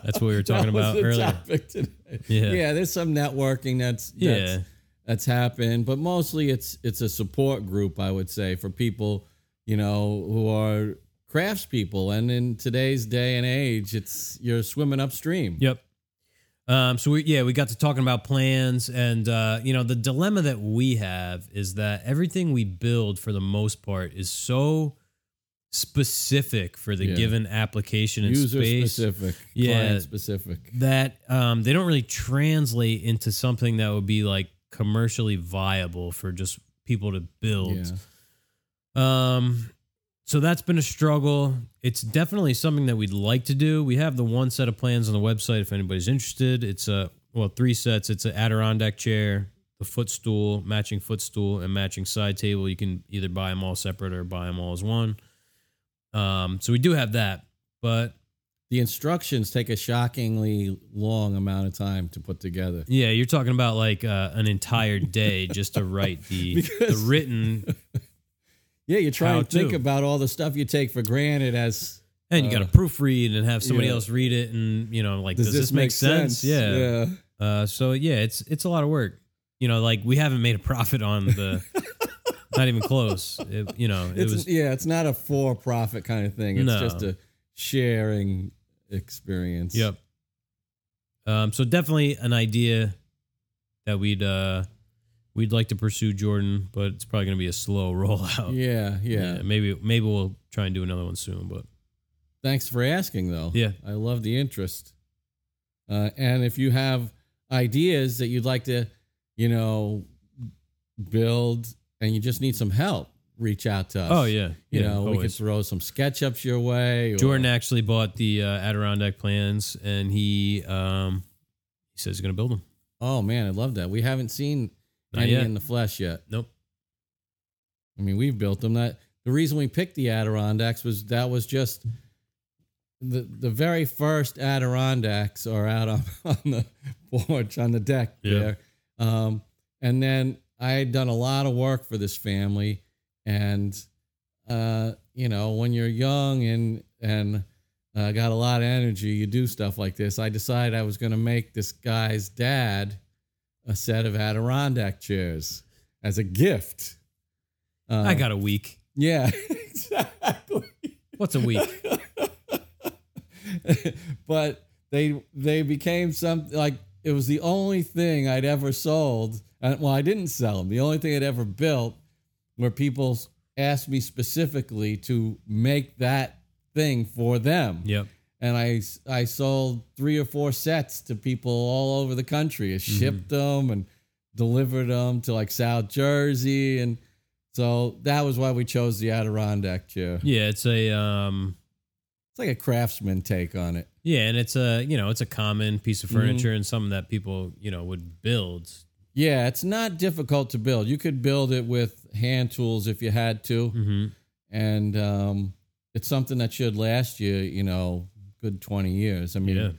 [SPEAKER 2] That's what we were talking
[SPEAKER 3] That was
[SPEAKER 2] about
[SPEAKER 3] the
[SPEAKER 2] earlier.
[SPEAKER 3] topic today.
[SPEAKER 2] Yeah.
[SPEAKER 3] there's some networking that's, that's
[SPEAKER 2] Yeah.
[SPEAKER 3] that's happened, but mostly it's it's a support group, I would say, for people you know who are craftspeople, and in today's day and age, it's you're swimming upstream.
[SPEAKER 2] Yep. Um, so we yeah we got to talking about plans and uh, you know the dilemma that we have is that everything we build for the most part is so specific for the
[SPEAKER 3] Yeah.
[SPEAKER 2] given application and
[SPEAKER 3] User
[SPEAKER 2] space
[SPEAKER 3] specific,
[SPEAKER 2] Yeah.
[SPEAKER 3] client specific.
[SPEAKER 2] that um, they don't really translate into something that would be like commercially viable for just people to build.
[SPEAKER 3] Yeah.
[SPEAKER 2] Um, so that's been a struggle. It's definitely something that we'd like to do. We have the one set of plans on the website if anybody's interested. It's a well, three sets. It's an Adirondack chair, the footstool, matching footstool, and matching side table. You can either buy them all separate or buy them all as one. Um, so we do have that, but
[SPEAKER 3] The instructions take a shockingly long amount of time to put together.
[SPEAKER 2] yeah, you're talking about like uh, an entire day just to write the the
[SPEAKER 3] Because-
[SPEAKER 2] written
[SPEAKER 3] Yeah, you try
[SPEAKER 2] How
[SPEAKER 3] and think
[SPEAKER 2] to.
[SPEAKER 3] about all the stuff you take for granted as
[SPEAKER 2] and you got to proofread and have somebody
[SPEAKER 3] yeah.
[SPEAKER 2] else read it and you know like Uh, does, this, make sense?
[SPEAKER 3] yeah.
[SPEAKER 2] Uh, so yeah, it's it's a lot of work. You know, like we haven't made a profit on the, not even close. It, you know, it
[SPEAKER 3] it's,
[SPEAKER 2] was
[SPEAKER 3] yeah, it's not a for profit kind of thing. It's
[SPEAKER 2] No.
[SPEAKER 3] just a sharing experience.
[SPEAKER 2] yep. Um, so definitely an idea that we'd uh we'd like to pursue Jordan, but it's probably gonna be a slow rollout.
[SPEAKER 3] Yeah, yeah.
[SPEAKER 2] maybe maybe we'll try and do another one soon, but
[SPEAKER 3] Thanks for asking though.
[SPEAKER 2] Yeah.
[SPEAKER 3] I love the interest. Uh, and if you have ideas that you'd like to, you know, build and you just need some help, reach out to us.
[SPEAKER 2] oh yeah,
[SPEAKER 3] You
[SPEAKER 2] yeah,
[SPEAKER 3] know, we could
[SPEAKER 2] always.
[SPEAKER 3] throw some sketch ups your way. or-
[SPEAKER 2] Jordan actually bought the uh, Adirondack plans, and he um he says he's gonna build them.
[SPEAKER 3] Oh man, I love that. We haven't seen
[SPEAKER 2] Not
[SPEAKER 3] any
[SPEAKER 2] yet.
[SPEAKER 3] in the flesh yet.
[SPEAKER 2] Nope.
[SPEAKER 3] I mean, we've built them. That the reason we picked the Adirondacks was that was just the the very first Adirondacks are out on, on the porch on the deck
[SPEAKER 2] Yeah.
[SPEAKER 3] there. Um, and then I had done a lot of work for this family, and uh, you know, when you're young and and uh, got a lot of energy, you do stuff like this. I decided I was going to make this guy's dad a set of Adirondack chairs as a gift. Uh,
[SPEAKER 2] I got a week.
[SPEAKER 3] yeah, exactly.
[SPEAKER 2] What's a week?
[SPEAKER 3] but they they became some like it was the only thing I'd ever sold. And, well, I didn't sell them. The only thing I'd ever built where people s- asked me specifically to make that thing for them.
[SPEAKER 2] Yep.
[SPEAKER 3] And I s- I sold three or four sets to people all over the country. I shipped them and delivered them to like South Jersey and. So that was why we chose the Adirondack chair.
[SPEAKER 2] Yeah, it's a um
[SPEAKER 3] It's like a craftsman take on it.
[SPEAKER 2] yeah, and it's a you know, it's a common piece of furniture and something that people, you know, would build.
[SPEAKER 3] Yeah, it's not difficult to build. You could build it with hand tools if you had to,
[SPEAKER 2] Mm-hmm.
[SPEAKER 3] and um, it's something that should last you, you know, good twenty years. I mean,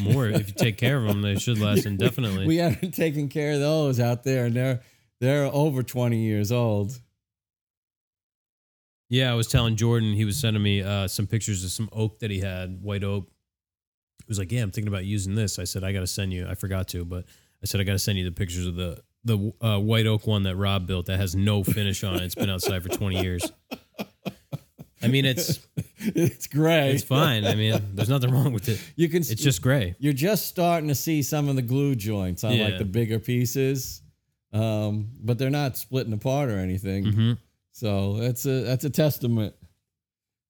[SPEAKER 2] more if you take care of them. They should last indefinitely.
[SPEAKER 3] We haven't taken care of those out there, and they're they're over twenty years old.
[SPEAKER 2] yeah, I was telling Jordan he was sending me uh, some pictures of some oak that he had, white oak. He was like, "Yeah, I'm thinking about using this." I said, "I got to send you." I forgot to, but I said I got to send you the pictures of the the uh, white oak one that Rob built that has no finish on it. It's been outside for 20 years. I mean, it's
[SPEAKER 3] It's gray.
[SPEAKER 2] it's fine. I mean, there's nothing wrong with it.
[SPEAKER 3] You can.
[SPEAKER 2] It's just gray.
[SPEAKER 3] you're just starting to see some of the glue joints on like
[SPEAKER 2] Yeah.
[SPEAKER 3] the bigger pieces, um, but they're not splitting apart or anything.
[SPEAKER 2] hmm
[SPEAKER 3] So that's a that's a testament.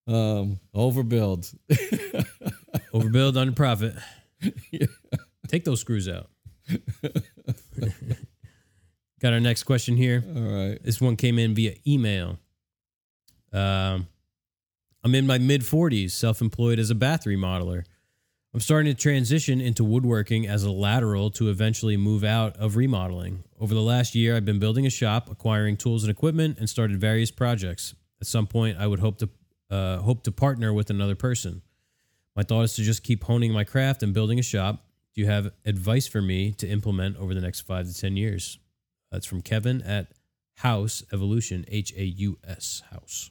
[SPEAKER 3] Um, overbuild.
[SPEAKER 2] Overbuild, underprofit. Take those screws out. Got our next question here.
[SPEAKER 3] All right.
[SPEAKER 2] This one came in via email. Um, I'm in my mid 40s, self employed as a bath remodeler. I'm starting to transition into woodworking as a lateral to eventually move out of remodeling. Over the last year, I've been building a shop, acquiring tools and equipment, and started various projects. At some point, I would hope to uh, hope to partner with another person. My thought is to just keep honing my craft and building a shop. Do you have advice for me to implement over the next five to ten years? That's from Kevin at House Evolution, H A U S House.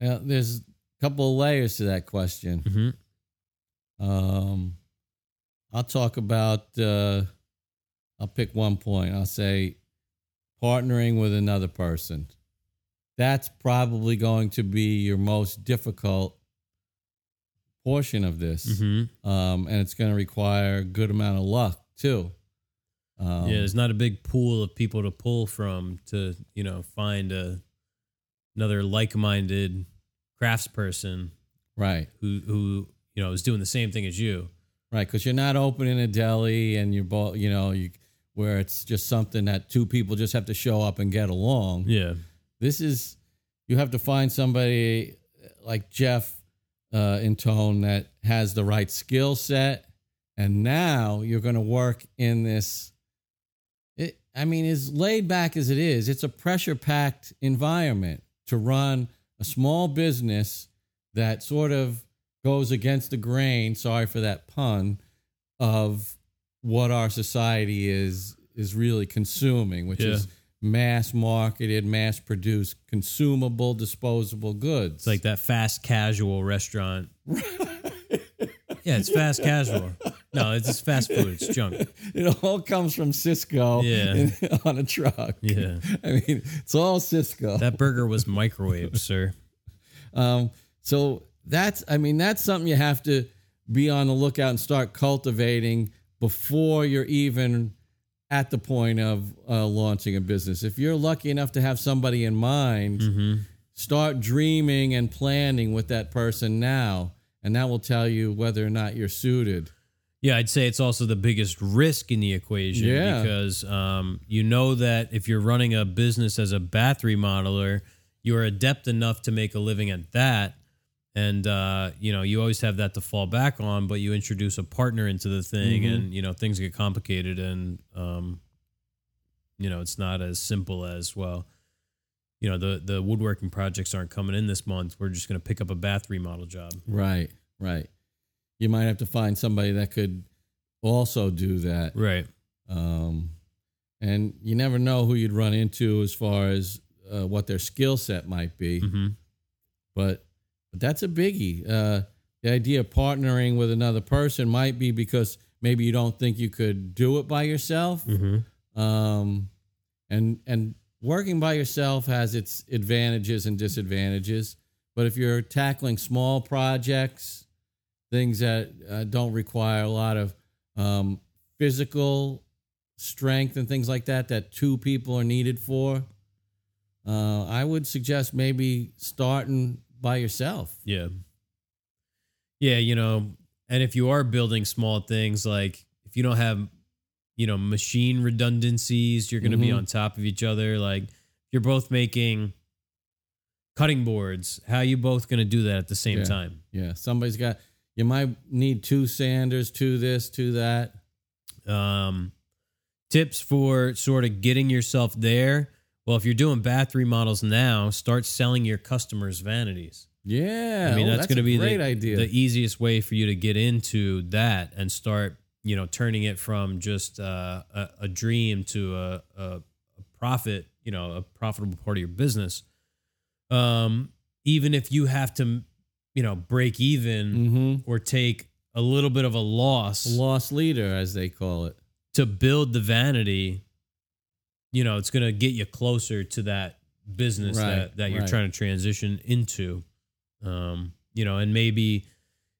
[SPEAKER 3] Now, there's a couple of layers to that question.
[SPEAKER 2] Mm-hmm.
[SPEAKER 3] Um, I'll talk about. Uh, I'll pick one point. I'll say partnering with another person. That's probably going to be your most difficult portion of this,
[SPEAKER 2] Mm-hmm.
[SPEAKER 3] um, and it's going to require a good amount of luck too. Um,
[SPEAKER 2] yeah, there's not a big pool of people to pull from to you know find a, another like-minded craftsperson
[SPEAKER 3] right,
[SPEAKER 2] who who you know is doing the same thing as you.
[SPEAKER 3] right, because you're not opening a deli and you're, bo- you know, you where it's just something that two people just have to show up and get along.
[SPEAKER 2] Yeah.
[SPEAKER 3] this is you have to find somebody like jeff uh, in tone that has the right skill set and now you're going to work in this it, i mean as laid back as it is it's a pressure packed environment to run a small business that sort of goes against the grain sorry for that pun of what our society is is really consuming which
[SPEAKER 2] Yeah.
[SPEAKER 3] is mass marketed, mass produced, consumable, disposable goods.
[SPEAKER 2] It's like that fast casual restaurant. yeah, it's fast casual. No, it's just fast food. It's junk.
[SPEAKER 3] it all comes from Cisco
[SPEAKER 2] Yeah.
[SPEAKER 3] in- on a truck.
[SPEAKER 2] Yeah.
[SPEAKER 3] I mean, it's all Cisco.
[SPEAKER 2] That burger was microwaved, sir.
[SPEAKER 3] Um, so that's, I mean, that's something you have to be on the lookout and start cultivating before you're even at the point of uh, launching a business. If you're lucky enough to have somebody in mind, start dreaming and planning with that person now, and that will tell you whether or not you're suited.
[SPEAKER 2] Yeah, I'd say it's also the biggest risk in the equation
[SPEAKER 3] Yeah.
[SPEAKER 2] because um, you know that if you're running a business as a bath remodeler, you're adept enough to make a living at that. And uh, you know, you always have that to fall back on, but you introduce a partner into the thing
[SPEAKER 3] Mhm.
[SPEAKER 2] and you know, things get complicated and um, you know, it's not as simple as well, you know, the the woodworking projects aren't coming in this month. We're just gonna pick up a bath remodel job.
[SPEAKER 3] Right, right. You might have to find somebody that could also do that.
[SPEAKER 2] Right.
[SPEAKER 3] Um, and you never know who you'd run into as far as uh, what their skill set might be.
[SPEAKER 2] hmm
[SPEAKER 3] But, but that's a biggie. Uh, the idea of partnering with another person might be because maybe you don't think you could do it by yourself.
[SPEAKER 2] Mm-hmm.
[SPEAKER 3] Um, and and working by yourself has its advantages and disadvantages. But if you're tackling small projects, things that uh, don't require a lot of um, physical strength and things like that, that two people are needed for, uh, I would suggest maybe starting by yourself.
[SPEAKER 2] Yeah. Yeah, you know, and if you are building small things, like if you don't have, you know, machine redundancies, you're going to be
[SPEAKER 3] Mhm.
[SPEAKER 2] on top of each other. Like you're both making cutting boards. How you both going to do that at the same
[SPEAKER 3] Yeah.
[SPEAKER 2] time?
[SPEAKER 3] Yeah, somebody's got. You might need two sanders, two this, two that.
[SPEAKER 2] Um, tips for sort of getting yourself there. Well, if you're doing bath remodels now, start selling your customers' vanities.
[SPEAKER 3] Yeah.
[SPEAKER 2] I mean,
[SPEAKER 3] Oh,
[SPEAKER 2] that's, going to
[SPEAKER 3] a
[SPEAKER 2] be
[SPEAKER 3] great
[SPEAKER 2] the,
[SPEAKER 3] idea.
[SPEAKER 2] the easiest way for you to get into that and start, you know, turning it from just uh, a, a dream to a, a, a profit, you know, a profitable part of your business. Um, even if you have to, you know, break even
[SPEAKER 3] mm-hmm.
[SPEAKER 2] or take a little bit of a loss
[SPEAKER 3] Lost leader, as they call it.
[SPEAKER 2] to build the vanity, you know, it's going to get you closer to that business
[SPEAKER 3] Right,
[SPEAKER 2] that, that you're
[SPEAKER 3] right.
[SPEAKER 2] trying to transition into. Um, you know, and maybe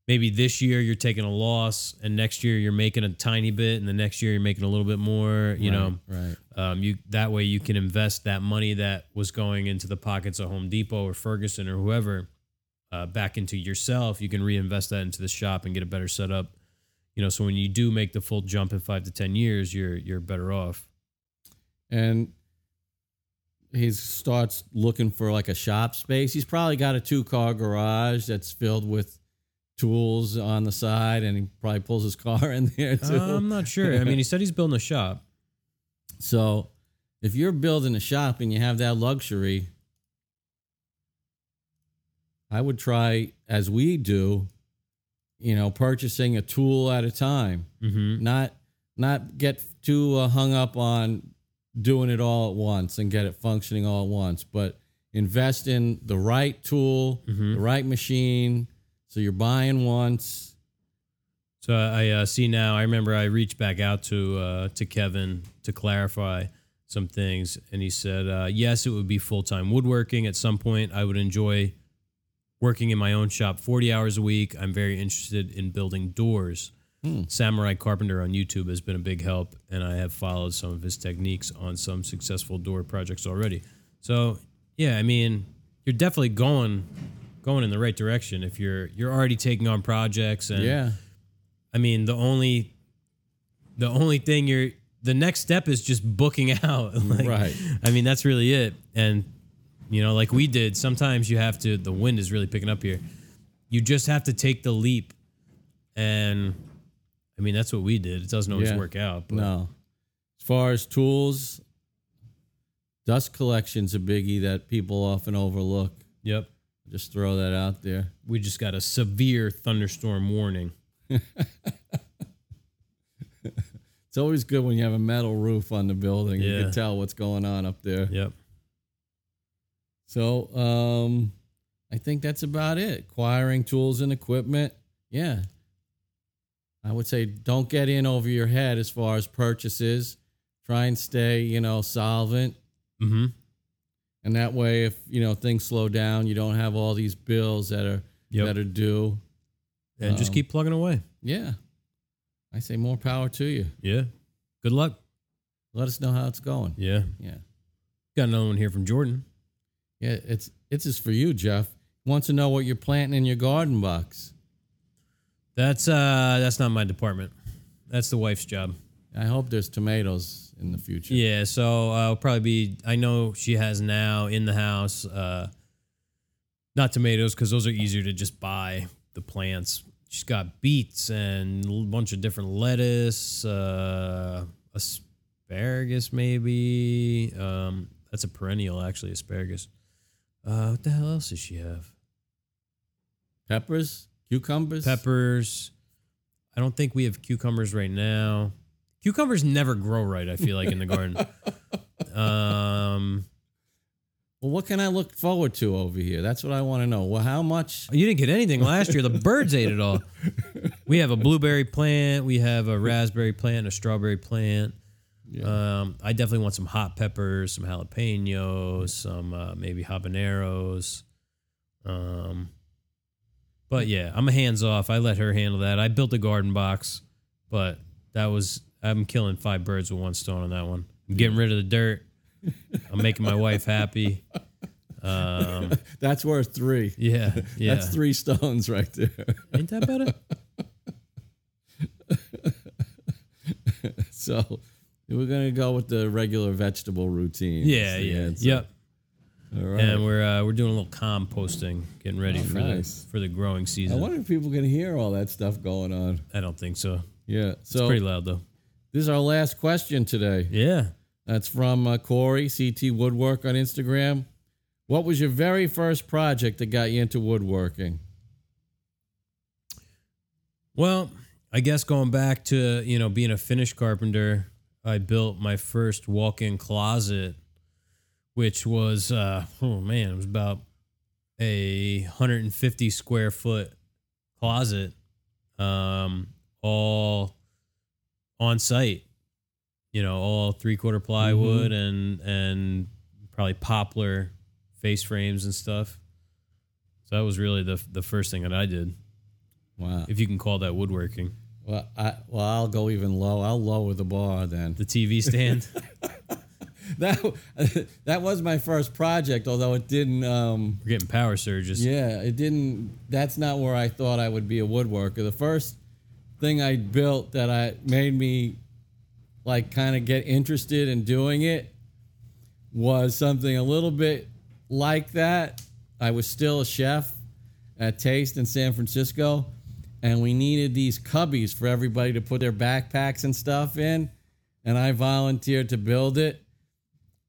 [SPEAKER 2] maybe this year you're taking a loss and next year you're making a tiny bit and the next year you're making a little bit more, you
[SPEAKER 3] Right,
[SPEAKER 2] know.
[SPEAKER 3] Right.
[SPEAKER 2] Um, you that way you can invest that money that was going into the pockets of Home Depot or Ferguson or whoever uh, back into yourself. You can reinvest that into the shop and get a better setup. You know, so when you do make the full jump in five to ten years, you're you're better off.
[SPEAKER 3] and he starts looking for like a shop space. He's probably got a two car garage that's filled with tools on the side, and he probably pulls his car in there too.
[SPEAKER 2] Uh, I'm not sure. I mean, he said he's building a shop.
[SPEAKER 3] so, if you're building a shop and you have that luxury, I would try, as we do, you know, purchasing a tool at a time.
[SPEAKER 2] Mm-hmm.
[SPEAKER 3] not not get too uh, hung up on doing it all at once and get it functioning all at once but invest in the right tool
[SPEAKER 2] Mhm.
[SPEAKER 3] the right machine so you're buying once
[SPEAKER 2] So I uh, see now. I remember I reached back out to uh, to Kevin to clarify some things, and he said, uh, "Yes, it would be full time woodworking at some point. I would enjoy working in my own shop forty hours a week. I'm very interested in building doors. Samurai Carpenter on YouTube has been a big help, and I have followed some of his techniques on some successful door projects already. So yeah, I mean, you're definitely going." going in the right direction if you're you're already taking on projects and
[SPEAKER 3] yeah
[SPEAKER 2] I mean, the only the only thing you're the next step is just booking out. Like,
[SPEAKER 3] Right.
[SPEAKER 2] I mean, that's really it. And you know, like we did, sometimes you have to the wind is really picking up here. You just have to take the leap. And I mean, that's what we did. It doesn't always
[SPEAKER 3] Yeah.
[SPEAKER 2] work out. But
[SPEAKER 3] no as far as tools dust collection's a biggie that people often overlook
[SPEAKER 2] yep.
[SPEAKER 3] just throw that out there
[SPEAKER 2] We just got a severe thunderstorm warning.
[SPEAKER 3] it's always good when you have a metal roof on the building you
[SPEAKER 2] Yeah.
[SPEAKER 3] can tell what's going on up there
[SPEAKER 2] Yep.
[SPEAKER 3] So um, I think that's about it. Acquiring tools and equipment. Yeah. I would say don't get in over your head as far as purchases. Try and stay, you know, solvent.
[SPEAKER 2] Mm-hmm.
[SPEAKER 3] And that way, if, you know, things slow down, you don't have all these bills that are
[SPEAKER 2] Yep.
[SPEAKER 3] that are due.
[SPEAKER 2] And just
[SPEAKER 3] Um,
[SPEAKER 2] keep plugging away.
[SPEAKER 3] Yeah. I say more power to you.
[SPEAKER 2] Yeah. Good luck.
[SPEAKER 3] Let us know how it's going.
[SPEAKER 2] Yeah.
[SPEAKER 3] Yeah.
[SPEAKER 2] Got another one here from Jordan.
[SPEAKER 3] Yeah, it's it's just for you, Jeff. Wants to know what you're planting in your garden box.
[SPEAKER 2] That's uh that's not my department. That's the wife's job.
[SPEAKER 3] I hope there's tomatoes in the future.
[SPEAKER 2] Yeah, so uh, I'll probably be. I know she has now in the house, uh, not tomatoes because those are easier to just buy the plants. She's got beets and a bunch of different lettuce, uh, asparagus maybe. Um, that's a perennial actually, asparagus. Uh, what the hell else does she have?
[SPEAKER 3] Peppers, cucumbers,
[SPEAKER 2] peppers. I don't think we have cucumbers right now. Cucumbers never grow right. I feel like in the garden. Um,
[SPEAKER 3] Well, what can I look forward to over here? That's what I want to know. Well, how much?
[SPEAKER 2] you didn't get anything last year. The birds ate it all. We have a blueberry plant. We have a raspberry plant. A strawberry plant. Um, I definitely want some hot peppers, some jalapenos, some uh, maybe habaneros. Um, but yeah, I'm hands off. I let her handle that. I built a garden box, but that was I'm killing five birds with one stone on that one. I'm getting rid of the dirt. I'm making my wife happy. Um,
[SPEAKER 3] That's worth three.
[SPEAKER 2] yeah, yeah.
[SPEAKER 3] That's three stones right there.
[SPEAKER 2] Ain't that better?
[SPEAKER 3] So we're gonna go with the regular vegetable routine.
[SPEAKER 2] Yeah,
[SPEAKER 3] That's the
[SPEAKER 2] yeah,
[SPEAKER 3] answer.
[SPEAKER 2] yep.
[SPEAKER 3] All right.
[SPEAKER 2] And we're uh, we're doing a little composting, getting ready
[SPEAKER 3] Oh,
[SPEAKER 2] for
[SPEAKER 3] nice.
[SPEAKER 2] the for the growing
[SPEAKER 3] I
[SPEAKER 2] season.
[SPEAKER 3] wonder if people can hear all that stuff going on.
[SPEAKER 2] I don't think so.
[SPEAKER 3] Yeah.
[SPEAKER 2] It's
[SPEAKER 3] So
[SPEAKER 2] pretty loud though.
[SPEAKER 3] this is our last question today.
[SPEAKER 2] Yeah.
[SPEAKER 3] That's from uh, Corey CT Woodwork on Instagram. What was your very first project that got you into woodworking?
[SPEAKER 2] Well, I guess going back to you know being a Finnish carpenter, I built my first walk-in closet, which was uh, oh man, it was about a 150 square foot closet, um, all on site. You know, all three-quarter plywood and and probably poplar face frames and stuff. So that was really the the first thing that I did,
[SPEAKER 3] Wow.
[SPEAKER 2] if you can call that woodworking.
[SPEAKER 3] Well, I, well, I'll go even low. I'll lower the bar then.
[SPEAKER 2] The TV stand.
[SPEAKER 3] That that was my first project, although it didn't. Um,
[SPEAKER 2] We're getting power surges.
[SPEAKER 3] yeah, it didn't. That's not where I thought I would be a woodworker. The first thing I built that I made me like kind of get interested in doing it was something a little bit like that. I was still a chef at Taste in San Francisco, and we needed these cubbies for everybody to put their backpacks and stuff in. And I volunteered to build it,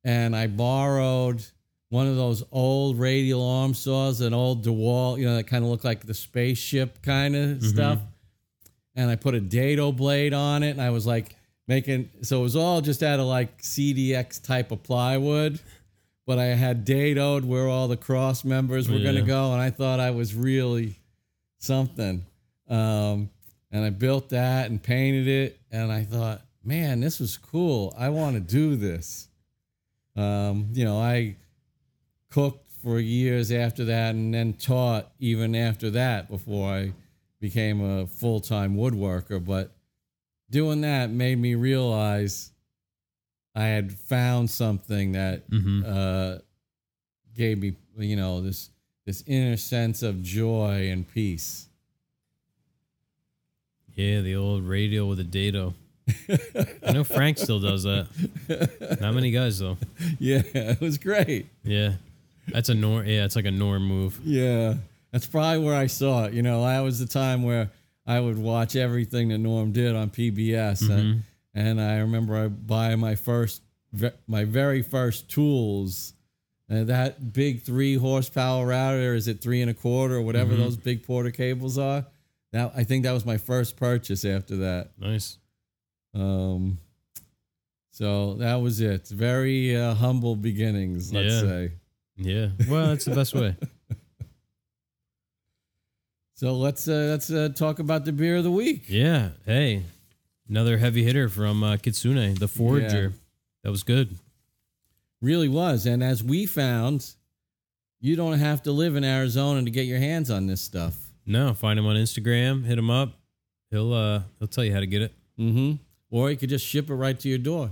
[SPEAKER 3] and I borrowed one of those old radial arm saws, an old DeWalt, you know, that kind of looked like the spaceship kind of stuff. And I put a dado blade on it, and I was like making so it was all just out of like CDX type of plywood but I had dadoed where all the cross members were going to
[SPEAKER 2] Yeah.
[SPEAKER 3] go, and I thought I was really something. Um, and I built that and painted it, and I thought, man, this was cool. I want to do this. Um, you know, I cooked for years after that, and then taught even after that before I became a full time woodworker. But doing that made me realize I had found something that
[SPEAKER 2] hmm
[SPEAKER 3] uh, gave me you know this this inner sense of joy and peace.
[SPEAKER 2] Yeah, the old radio with a dado. I know Frank still does that. Not many guys though.
[SPEAKER 3] Yeah, it was great.
[SPEAKER 2] Yeah, that's a norm. Yeah, it's like a norm move.
[SPEAKER 3] Yeah, that's probably where I saw it. You know, that was the time where I would watch everything that Norm did on PBS, and, and I remember I buy my first ve- my very first tools. And that big three horsepower router is it three and a quarter or whatever those big Porter cables are. That I think that was my first purchase after that.
[SPEAKER 2] Nice.
[SPEAKER 3] Um, so that was it. Very uh, humble beginnings, let's
[SPEAKER 2] Yeah.
[SPEAKER 3] say.
[SPEAKER 2] Yeah. Well, that's the best way.
[SPEAKER 3] So let's uh, let's uh, talk about the beer of the week.
[SPEAKER 2] Yeah. Hey, another heavy hitter from uh, Kitsune, the Forager. That was good.
[SPEAKER 3] Really was, and as we found, you don't have to live in Arizona to get your hands on this stuff.
[SPEAKER 2] No, find him on Instagram. Hit him up. He'll uh he'll tell you how to get it.
[SPEAKER 3] Mm-hmm. Or you could just ship it right to your door.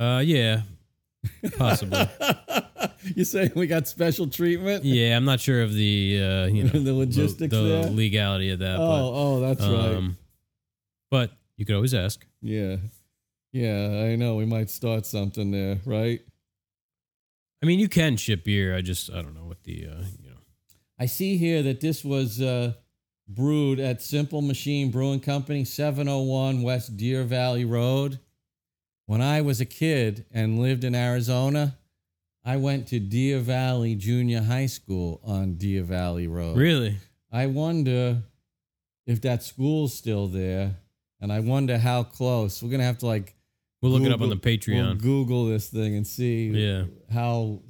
[SPEAKER 2] Uh yeah, possibly.
[SPEAKER 3] you saying we got special treatment?
[SPEAKER 2] yeah, I'm not sure of the uh you know
[SPEAKER 3] The logistics
[SPEAKER 2] the,
[SPEAKER 3] there?
[SPEAKER 2] legality of that. but- um,
[SPEAKER 3] oh, oh, that's right.
[SPEAKER 2] But you could always ask.
[SPEAKER 3] Yeah, yeah. I know we might start something there, right?
[SPEAKER 2] I mean, you can ship beer. I just I don't know what the uh, you know.
[SPEAKER 3] I see here that this was uh, brewed at Simple Machine Brewing Company, 701 West Deer Valley Road. When I was a kid and lived in Arizona, I went to Deer Valley Junior High School on Deer Valley Road.
[SPEAKER 2] Really?
[SPEAKER 3] I wonder if that school's still there, and I wonder how close. We're gonna have to like
[SPEAKER 2] We'll look it up on the
[SPEAKER 3] Google- We'll
[SPEAKER 2] Patreon.
[SPEAKER 3] Google this thing and see
[SPEAKER 2] yeah,
[SPEAKER 3] how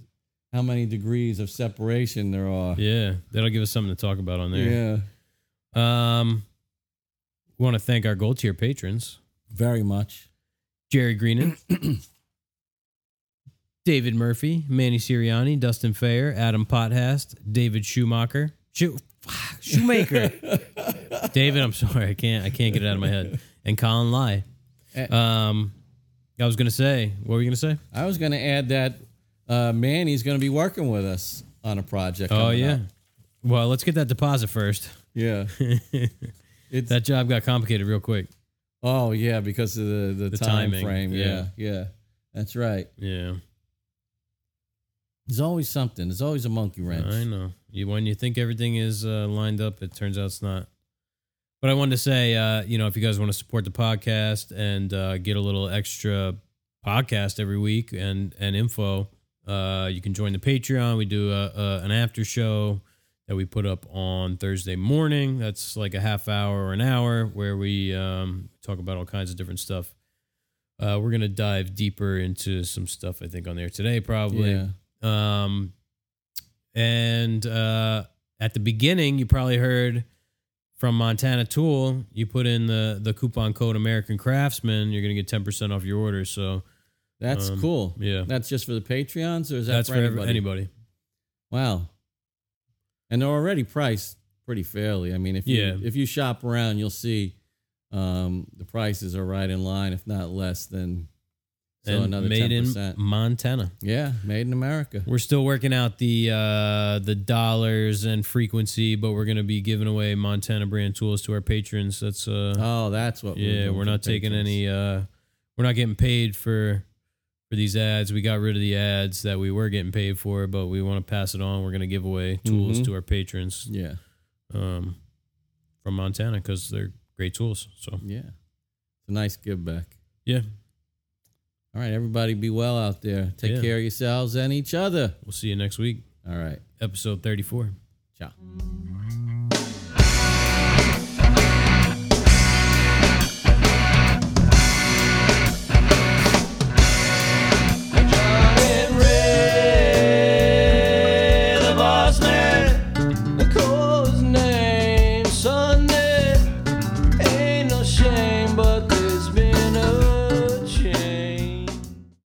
[SPEAKER 3] how many degrees of separation there are.
[SPEAKER 2] yeah. That'll give us something to talk about on there.
[SPEAKER 3] yeah.
[SPEAKER 2] Um, we want to thank our gold tier patrons:
[SPEAKER 3] Very much.
[SPEAKER 2] Jerry Greenan, David Murphy, Manny Siriani, Dustin Fayer, Adam Pothast, David Schumacher, Schu- Shoemaker. David, I'm sorry, I can't, I can't get it out of my head. And Colin Lai.
[SPEAKER 3] Eh.
[SPEAKER 2] Um, I was gonna say, what were you gonna say?
[SPEAKER 3] I was going to add that uh, Manny's going to be working with us on a project.
[SPEAKER 2] Oh
[SPEAKER 3] coming
[SPEAKER 2] yeah.
[SPEAKER 3] up.
[SPEAKER 2] Well, let's get that deposit first.
[SPEAKER 3] yeah. It's
[SPEAKER 2] That job got complicated real quick.
[SPEAKER 3] oh yeah because of the the,
[SPEAKER 2] The
[SPEAKER 3] time
[SPEAKER 2] timing,
[SPEAKER 3] frame. Yeah.
[SPEAKER 2] yeah.
[SPEAKER 3] yeah, That's right.
[SPEAKER 2] Yeah,
[SPEAKER 3] There's always something. There's always a monkey wrench.
[SPEAKER 2] I know. You when you think everything is uh, lined up, it turns out it's not. But I wanted to say, uh, you know, if you guys want to support the podcast and uh, get a little extra podcast every week and and info, Uh, you can join the Patreon. We do a, a, an after show that we put up on Thursday morning. That's like a half hour or an hour where we um, talk about all kinds of different stuff. Uh, we're gonna dive deeper into some stuff I think on there today, probably.
[SPEAKER 3] Yeah.
[SPEAKER 2] Um, and uh, at the beginning, you probably heard from Montana Tool. You put in the the coupon code American Craftsman, you're gonna get ten percent off your order. So
[SPEAKER 3] That's
[SPEAKER 2] Um,
[SPEAKER 3] cool.
[SPEAKER 2] yeah.
[SPEAKER 3] That's just for the Patreons, or is that
[SPEAKER 2] that's
[SPEAKER 3] for
[SPEAKER 2] for every- anybody.
[SPEAKER 3] anybody? Wow. And they're already priced pretty fairly. I mean, if you
[SPEAKER 2] Yeah.
[SPEAKER 3] if you shop around, you'll see um, the prices are right in line, if not less than. So
[SPEAKER 2] and
[SPEAKER 3] another
[SPEAKER 2] made
[SPEAKER 3] ten percent.
[SPEAKER 2] in Montana.
[SPEAKER 3] yeah, made in America.
[SPEAKER 2] We're still working out the uh, the dollars and frequency, but we're gonna be giving away Montana brand tools to our patrons. That's uh,
[SPEAKER 3] Oh, that's what. we're
[SPEAKER 2] yeah,
[SPEAKER 3] doing
[SPEAKER 2] we're
[SPEAKER 3] for
[SPEAKER 2] not taking
[SPEAKER 3] patrons.
[SPEAKER 2] any. uh We're not getting paid for for these ads. We got rid of the ads that we were getting paid for, but we want to pass it on. We're going to give away tools
[SPEAKER 3] Mhm.
[SPEAKER 2] to our patrons
[SPEAKER 3] Yeah,
[SPEAKER 2] um, from Montana because they're great tools. So
[SPEAKER 3] yeah. It's a nice give back.
[SPEAKER 2] yeah,
[SPEAKER 3] All right, everybody, be well out there. Take
[SPEAKER 2] Yeah.
[SPEAKER 3] care of yourselves and each other.
[SPEAKER 2] we'll see you next week,
[SPEAKER 3] All right.
[SPEAKER 2] episode thirty four.
[SPEAKER 3] Ciao.